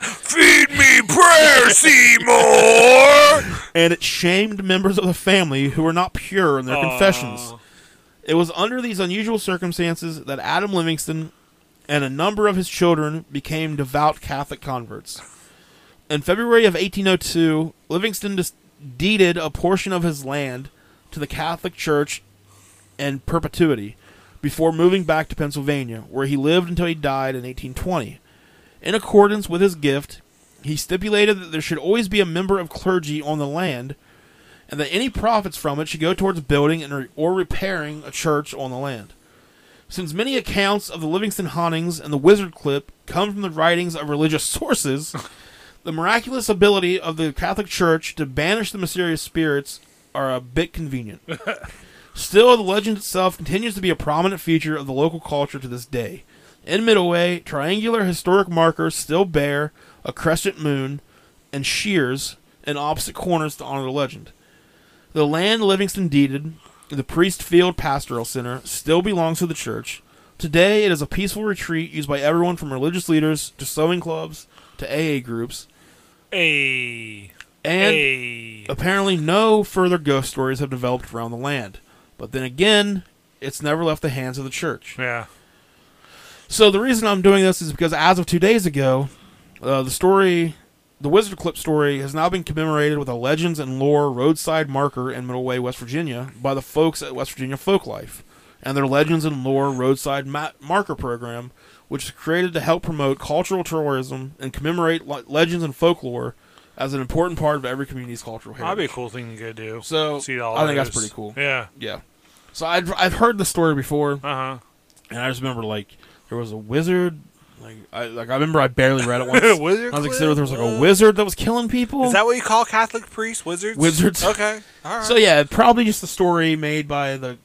B: Feed me prayer, Seymour!
A: and it shamed members of the family who were not pure in their confessions.
B: Aw.
A: It was under these unusual circumstances that Adam Livingston and a number of his children became devout Catholic converts. oh In February of 1802, Livingston dis- deeded a portion of his land to the Catholic Church in perpetuity before moving back to Pennsylvania, where he lived until he died in 1820. In accordance with his gift, he stipulated that there should always be a member of clergy on the land, and that any profits from it should go towards building and re- or repairing a church on the land. Since many accounts of the Livingston hauntings and the wizard clip come from the writings of religious sources, the miraculous ability of the Catholic Church to banish the mysterious spirits are a bit convenient. Still, the legend itself continues to be a prominent feature of the local culture to this day. In Middleway, triangular historic markers still bear a crescent moon and shears in opposite corners to honor the legend. The land Livingston deeded, the Priest Field Pastoral Center, still belongs to the church. Today, it is a peaceful retreat used by everyone from religious leaders to sewing clubs to AA groups,
B: Hey.
A: and
B: hey.
A: apparently no further ghost stories have developed around the land. But then again, it's never left the hands of the church.
B: Yeah.
A: So the reason I'm doing this is because as of two days ago, uh, the story, the Wizard Clip story, has now been commemorated with a Legends and Lore roadside marker in Middleway, West Virginia, by the folks at West Virginia Folklife and their Legends and Lore roadside ma- marker program, which is created to help promote cultural tourism and commemorate le- legends and folklore as an important part of every community's cultural heritage.
B: That'd be a cool thing to go do.
A: So,
B: See all
A: I think
B: those.
A: that's pretty cool.
B: Yeah.
A: Yeah. So I've, I've heard the story before.
B: Uh
A: And I just remember like there was a wizard. Like I like I remember I barely read it once.
B: huh.
A: I
B: Wizard.
A: was like,
B: clip?
A: there was like a
B: What?
A: wizard that was killing people.
B: Is that what you call Catholic priests? Wizards.
A: Wizards.
B: Okay. All right.
A: so yeah, probably just a story made by the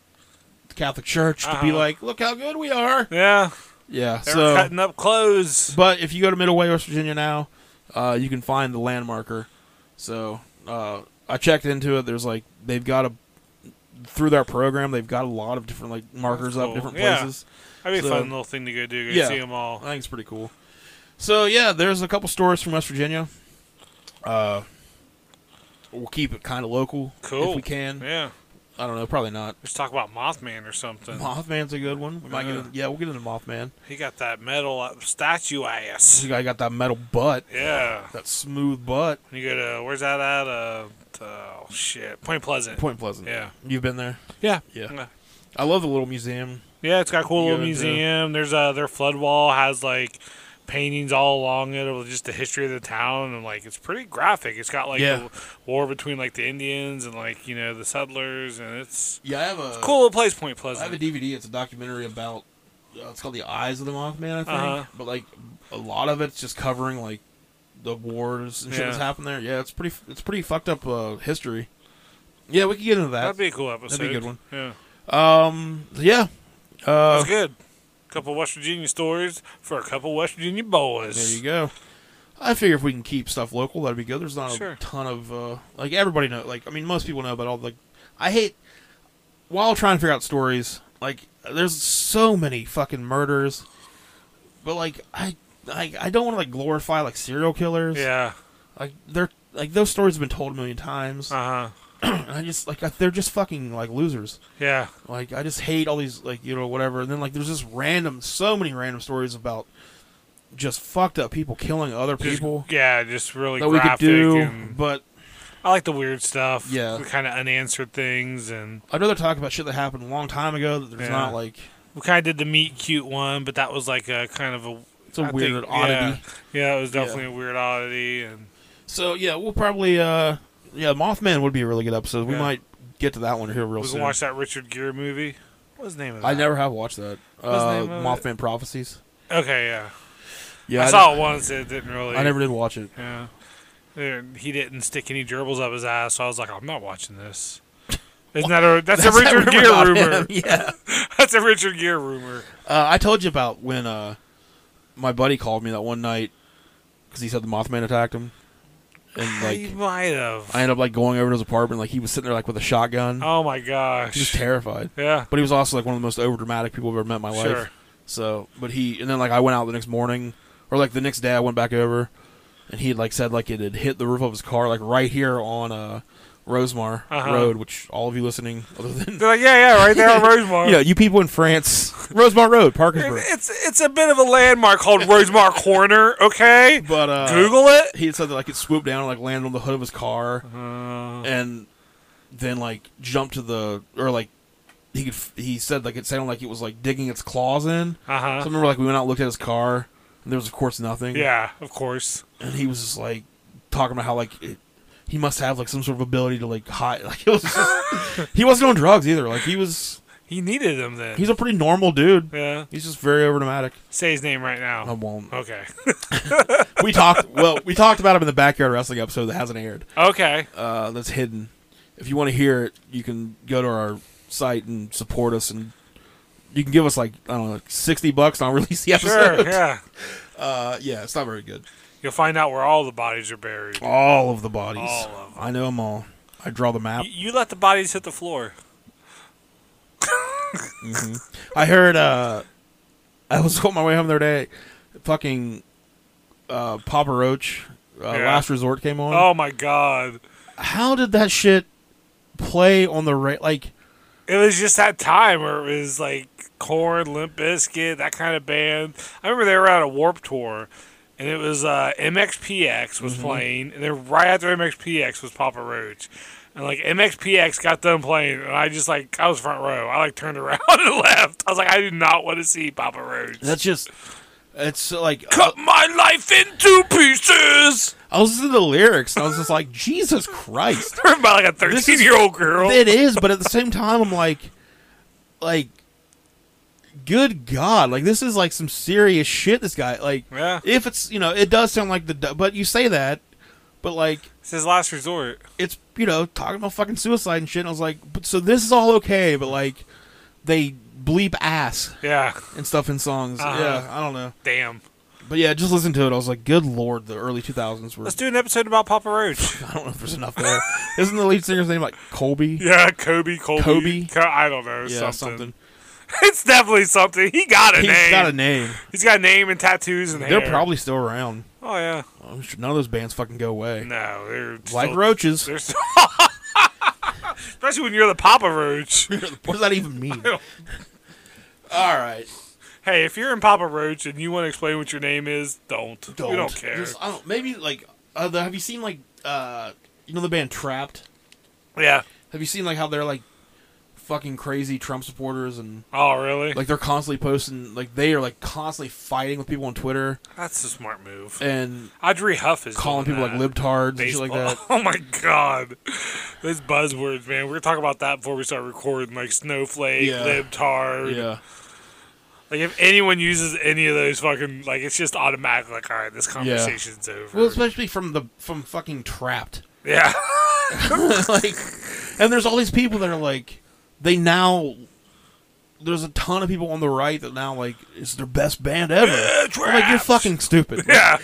A: Catholic Church to be
B: Uh-huh.
A: like, look how good we are.
B: yeah.
A: Yeah.
B: They're
A: So,
B: cutting up clothes.
A: but if you go to Middleway, West Virginia now, uh, you can find the landmarker. So uh, I checked into it. There's like they've got a through their program they've got a lot of different like markers up
B: cool.
A: different
B: Yeah.
A: places.
B: That'd be a
A: so-
B: fun little thing to go do. Go see 'em
A: Yeah.
B: see them all.
A: I think it's pretty cool. So yeah, there's a couple stories from West Virginia. Uh, we'll keep it kind of local
B: Cool.
A: if we can.
B: Yeah.
A: I don't know, probably not.
B: Let's talk about Mothman or something.
A: Mothman's a good one. We might get
B: Yeah.
A: into, yeah, we'll get into Mothman.
B: He got that metal uh, statue
A: This
B: ass.
A: guy got that metal butt,
B: Yeah.
A: that smooth butt.
B: You go to where's that at? Uh, t- oh shit, Point Pleasant.
A: Point Pleasant.
B: Yeah.
A: you've been there.
B: Yeah.
A: Yeah,
B: Yeah.
A: I love the little museum.
B: Yeah, it's got a cool
A: You
B: little
A: go into-
B: museum. There's uh their flood wall has like paintings all along it of just the history of the town and like it's pretty graphic. It's got like
A: Yeah.
B: the war between like the Indians and like you know the settlers and it's
A: Yeah, I have a
B: cool little place. Point
A: I have a
B: Pleasant.
A: DVD. It's a documentary about. Uh, it's called The Eyes of the Mothman, I think.
B: Uh-huh.
A: But like a lot of it's just covering like the wars and shit that's
B: Yeah.
A: happened there. Yeah, it's pretty. It's pretty fucked up uh, history. Yeah, we could get into that.
B: That'd be a cool episode.
A: that'd be a good one.
B: Yeah,
A: um. Yeah. Uh,
B: that's good. Couple West Virginia stories for a couple West Virginia boys.
A: there you go. I figure if we can keep stuff local, that'd be good. There's not a
B: Sure.
A: ton of uh, like everybody know. Like I mean, most people know about all the. I hate while trying to figure out stories. Like there's so many fucking murders, but like I I, I don't want to like glorify like serial killers.
B: Yeah.
A: Like they're like those stories have been told a million times.
B: Uh huh.
A: and I just like I, they're just fucking like losers.
B: Yeah.
A: Like I just hate all these like you know whatever. And then like there's just random so many random stories about just fucked up people killing other
B: Just-
A: people
B: yeah, just really
A: that we could
B: graphic.
A: do.
B: and
A: But
B: I like the weird stuff.
A: Yeah.
B: the kind of unanswered things, and
A: I'd rather talk about shit that happened a long time ago. That there's
B: Yeah.
A: not like
B: we kind of did the meet cute one, but that was like a kind of a
A: it's a
B: I
A: weird
B: think-
A: oddity.
B: Yeah, yeah, it was definitely a weird oddity, and
A: So yeah, we'll probably uh yeah Mothman would be a really good episode. We
B: Yeah.
A: might get to that one here real
B: we
A: soon.
B: can watch that Richard Gere movie. What was the name of that?
A: I never have watched that.
B: was the
A: Uh,
B: name of it?
A: Mothman Prophecies.
B: Okay, yeah,
A: Yeah,
B: I,
A: I,
B: saw it once. It didn't really.
A: I never did watch it.
B: Yeah, And he didn't stick any gerbils up his ass, so I was like, I'm not watching this. Isn't that a that's, a
A: that
B: Richard
A: rumor
B: Gere
A: about
B: rumor?
A: him. Yeah.
B: That's a Richard Gere rumor.
A: Uh, I told you about when uh, my buddy called me that one night because he said the Mothman attacked him, and
B: you
A: like
B: might have.
A: I ended up like going over to his apartment. Like he was sitting there like with a shotgun.
B: oh my
A: He was
B: gosh.
A: terrified,
B: Yeah.
A: but he was also like one of the most overdramatic people I've ever met in my life.
B: Sure.
A: So, but he and then like I went out the next morning or like the next day I went back over, and he had like said like it had hit the roof of his car like right here on uh, Rosemar
B: Uh-huh.
A: Road, which all of you listening other than
B: They're like, yeah, yeah, right there on Rosemar.
A: yeah, you people in France, Rosemar Road, Parkersburg.
B: It's it's a bit of a landmark called Rosemar Corner, okay?
A: But uh,
B: Google Uh-huh. it.
A: Uh-huh. he had said that like it swooped down and like landed on the hood of his car,
B: Uh,
A: and then like jump to the or like he could f- he said like it sounded like it was like digging its claws in.
B: Uh
A: So I
B: huh.
A: remember like we went out and looked at his car and there was of course nothing.
B: Yeah, of course.
A: and he was just like talking about how like it, he must have like some sort of ability to like hide. Like it was just, he wasn't on drugs either. Like he was
B: He needed him then.
A: he's a pretty normal dude.
B: yeah.
A: He's just very overdramatic.
B: Say his name right now.
A: I won't.
B: Okay.
A: We talked well. We talked about him in the backyard wrestling episode that hasn't aired.
B: Okay.
A: Uh, that's hidden. If you want to hear it, you can go to our site and support us, and you can give us like I don't know, like sixty bucks, and I'll release the
B: Sure.
A: episode.
B: Yeah.
A: Uh, yeah, it's not very good.
B: You'll find out where all the bodies are buried. Y-
A: All of the bodies.
B: All of them.
A: I know them all. I draw the map.
B: You let the bodies hit the floor.
A: I heard uh I was on my way home the other day, fucking uh Papa Roach uh,
B: Yeah.
A: Last Resort came on.
B: Oh my god.
A: How did that shit play on the ra- like
B: It was just that time where it was like Corn, Limp Bizkit, that kind of band. I remember they were at a Warp Tour, and it was uh, MXPX
A: Mm-hmm.
B: was playing, and then right after MXPX was Papa Roach, and like MXPX got done playing, and I just like I was front row. I like turned around and left. I was like, I do not want to see Papa Roach.
A: that's just it's like
B: Cut my life into pieces.
A: I was listening to the lyrics and I was just like Jesus Christ.
B: By like a
A: is-
B: thirteen-year-old girl.
A: It is, but at the same time I'm like like good god, like this is like some serious shit this guy like
B: Yeah,
A: if it's, you know, it does sound like the but you say that but like
B: it's his last resort.
A: it's you know talking about fucking suicide and shit. And I was like, but, so this is all okay, but like they bleep ass
B: Yeah,
A: and stuff in songs.
B: Uh-huh.
A: Yeah, I don't know,
B: damn.
A: but yeah, just listen to it. I was like, good lord, the early two thousands were.
B: Let's do an episode about Papa Roach.
A: I don't know if there's enough there. Isn't the lead singer's name like Colby?
B: Yeah, Kobe, Colby,
A: Kobe?
B: Co- I don't know,
A: Yeah,
B: something.
A: something.
B: It's definitely something. He got a
A: He's
B: name.
A: got a name.
B: He's got a name and tattoos and
A: They're
B: hair.
A: probably still around.
B: Oh yeah.
A: I'm sure None of those bands fucking go away.
B: No, they're
A: Like
B: still-
A: roaches.
B: They're still- Especially when you're the Papa Roach.
A: What does that even mean?
B: don't-
A: All right,
B: hey, if you're in Papa Roach and you want to explain what your name is, don't. We don't care.
A: Just- I don't- maybe like, uh, the, have you seen like, uh, you know the band Trapped?
B: yeah.
A: Have you seen like how they're like fucking crazy Trump supporters and
B: Oh really?
A: like they're constantly posting like they are like constantly fighting with people on Twitter
B: That's a smart move.
A: and
B: Audrey Huff is
A: Eh, calling
B: doing
A: people like
B: that.
A: libtards and shit like
B: Baseball.
A: that.
B: Oh my god, those buzzwords, man. We were talking about that before we started recording, like snowflake,
A: Yeah.
B: libtard.
A: Yeah,
B: Like if anyone uses any of those fucking, like it's just automatic. Like all right, this conversation's over.
A: well, especially from the from fucking trapped.
B: yeah,
A: like, and there's all these people that are like, they now. There's a ton of people on the right that now like it's their best band ever. I'm like you're
B: Trapped.
A: fucking stupid.
B: yeah.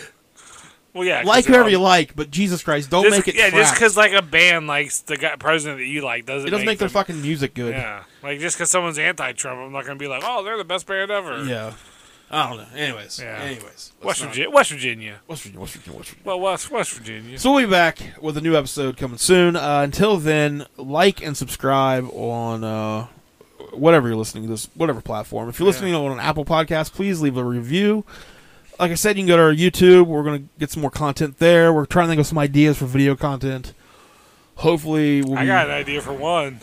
B: Well, yeah. 'cause
A: Like
B: they're
A: whoever
B: all-
A: you like, but Jesus Christ, don't
B: just-
A: make it.
B: Yeah, just
A: Trapped.
B: because like a band likes the guy president that you like doesn't.
A: it doesn't make their
B: them,
A: fucking music good.
B: Yeah, like just because someone's anti-Trump, I'm not gonna be like, oh, they're the best band ever.
A: Yeah. I don't know. Anyways.
B: Yeah.
A: Anyways.
B: West
A: Let's not-
B: Virginia, West Virginia.
A: West Virginia. West Virginia. West Virginia.
B: Well, West West Virginia.
A: So we'll be back with a new episode coming soon. Uh, until then, like and subscribe on uh, whatever you're listening to this, whatever platform. If you're
B: Yeah.
A: listening on an Apple podcast, please leave a review. Like I said, you can go to our YouTube. We're going to get some more content there. We're trying to think of some ideas for video content. Hopefully, we'll
B: I
A: be,
B: got an idea for one.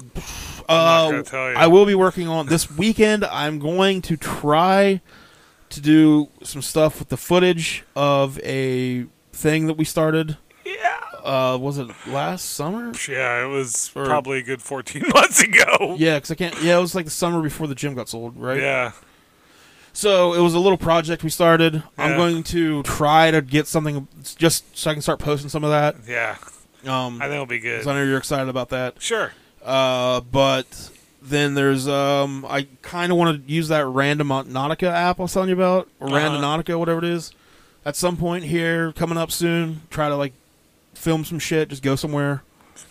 A: Uh,
B: not gonna tell you.
A: I will be working on this weekend. I'm going to try to do some stuff with the footage of a thing that we started.
B: Yeah.
A: Uh, was it last summer?
B: Yeah, it was
A: Or-
B: probably a good 14 months ago.
A: Yeah, because I can't. Yeah, it was like the summer before the gym got sold, right?
B: Yeah.
A: So it was a little project we started. I'm
B: Yeah.
A: going to try to get something just so I can start posting some of that.
B: Yeah.
A: Um,
B: I think it'll be
A: 'cause
B: good.
A: I know you're excited about that.
B: Sure.
A: Uh, but then there's um, I kind of want to use that random Nautica app I was telling you about, or
B: Uh-huh.
A: random Nautica, whatever it is. At some point here, coming up soon, try to like film some shit. Just go somewhere.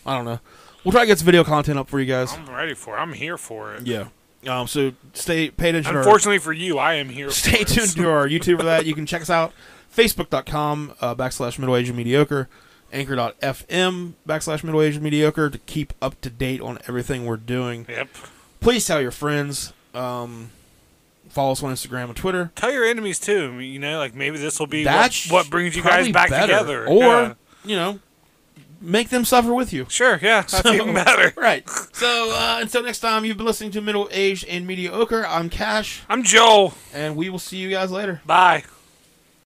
A: I don't know. We'll try to get some video content up for you guys.
B: I'm ready for it. I'm here for it.
A: yeah. Um. So stay pay attention. to our-
B: Unfortunately for you, I am here
A: stay
B: for
A: tuned
B: it.
A: to our YouTube for that. You can check us out facebook.com uh, backslash middle age and mediocre, anchor.fm backslash middle age and mediocre to keep up to date on everything we're doing.
B: Yep.
A: Please tell your friends. Um, follow us on Instagram and Twitter.
B: Tell your enemies too. I mean, You know, like maybe this will be what,
A: That's
B: what brings you guys
A: probably
B: back
A: better.
B: together.
A: Or,
B: Yeah.
A: you know, make them suffer with you.
B: Sure, yeah, that's even better.
A: Right. So uh, until next time, you've been listening to Middle Aged and Mediocre. I'm Cash,
B: I'm Joe.
A: and we will see you guys later.
B: Bye.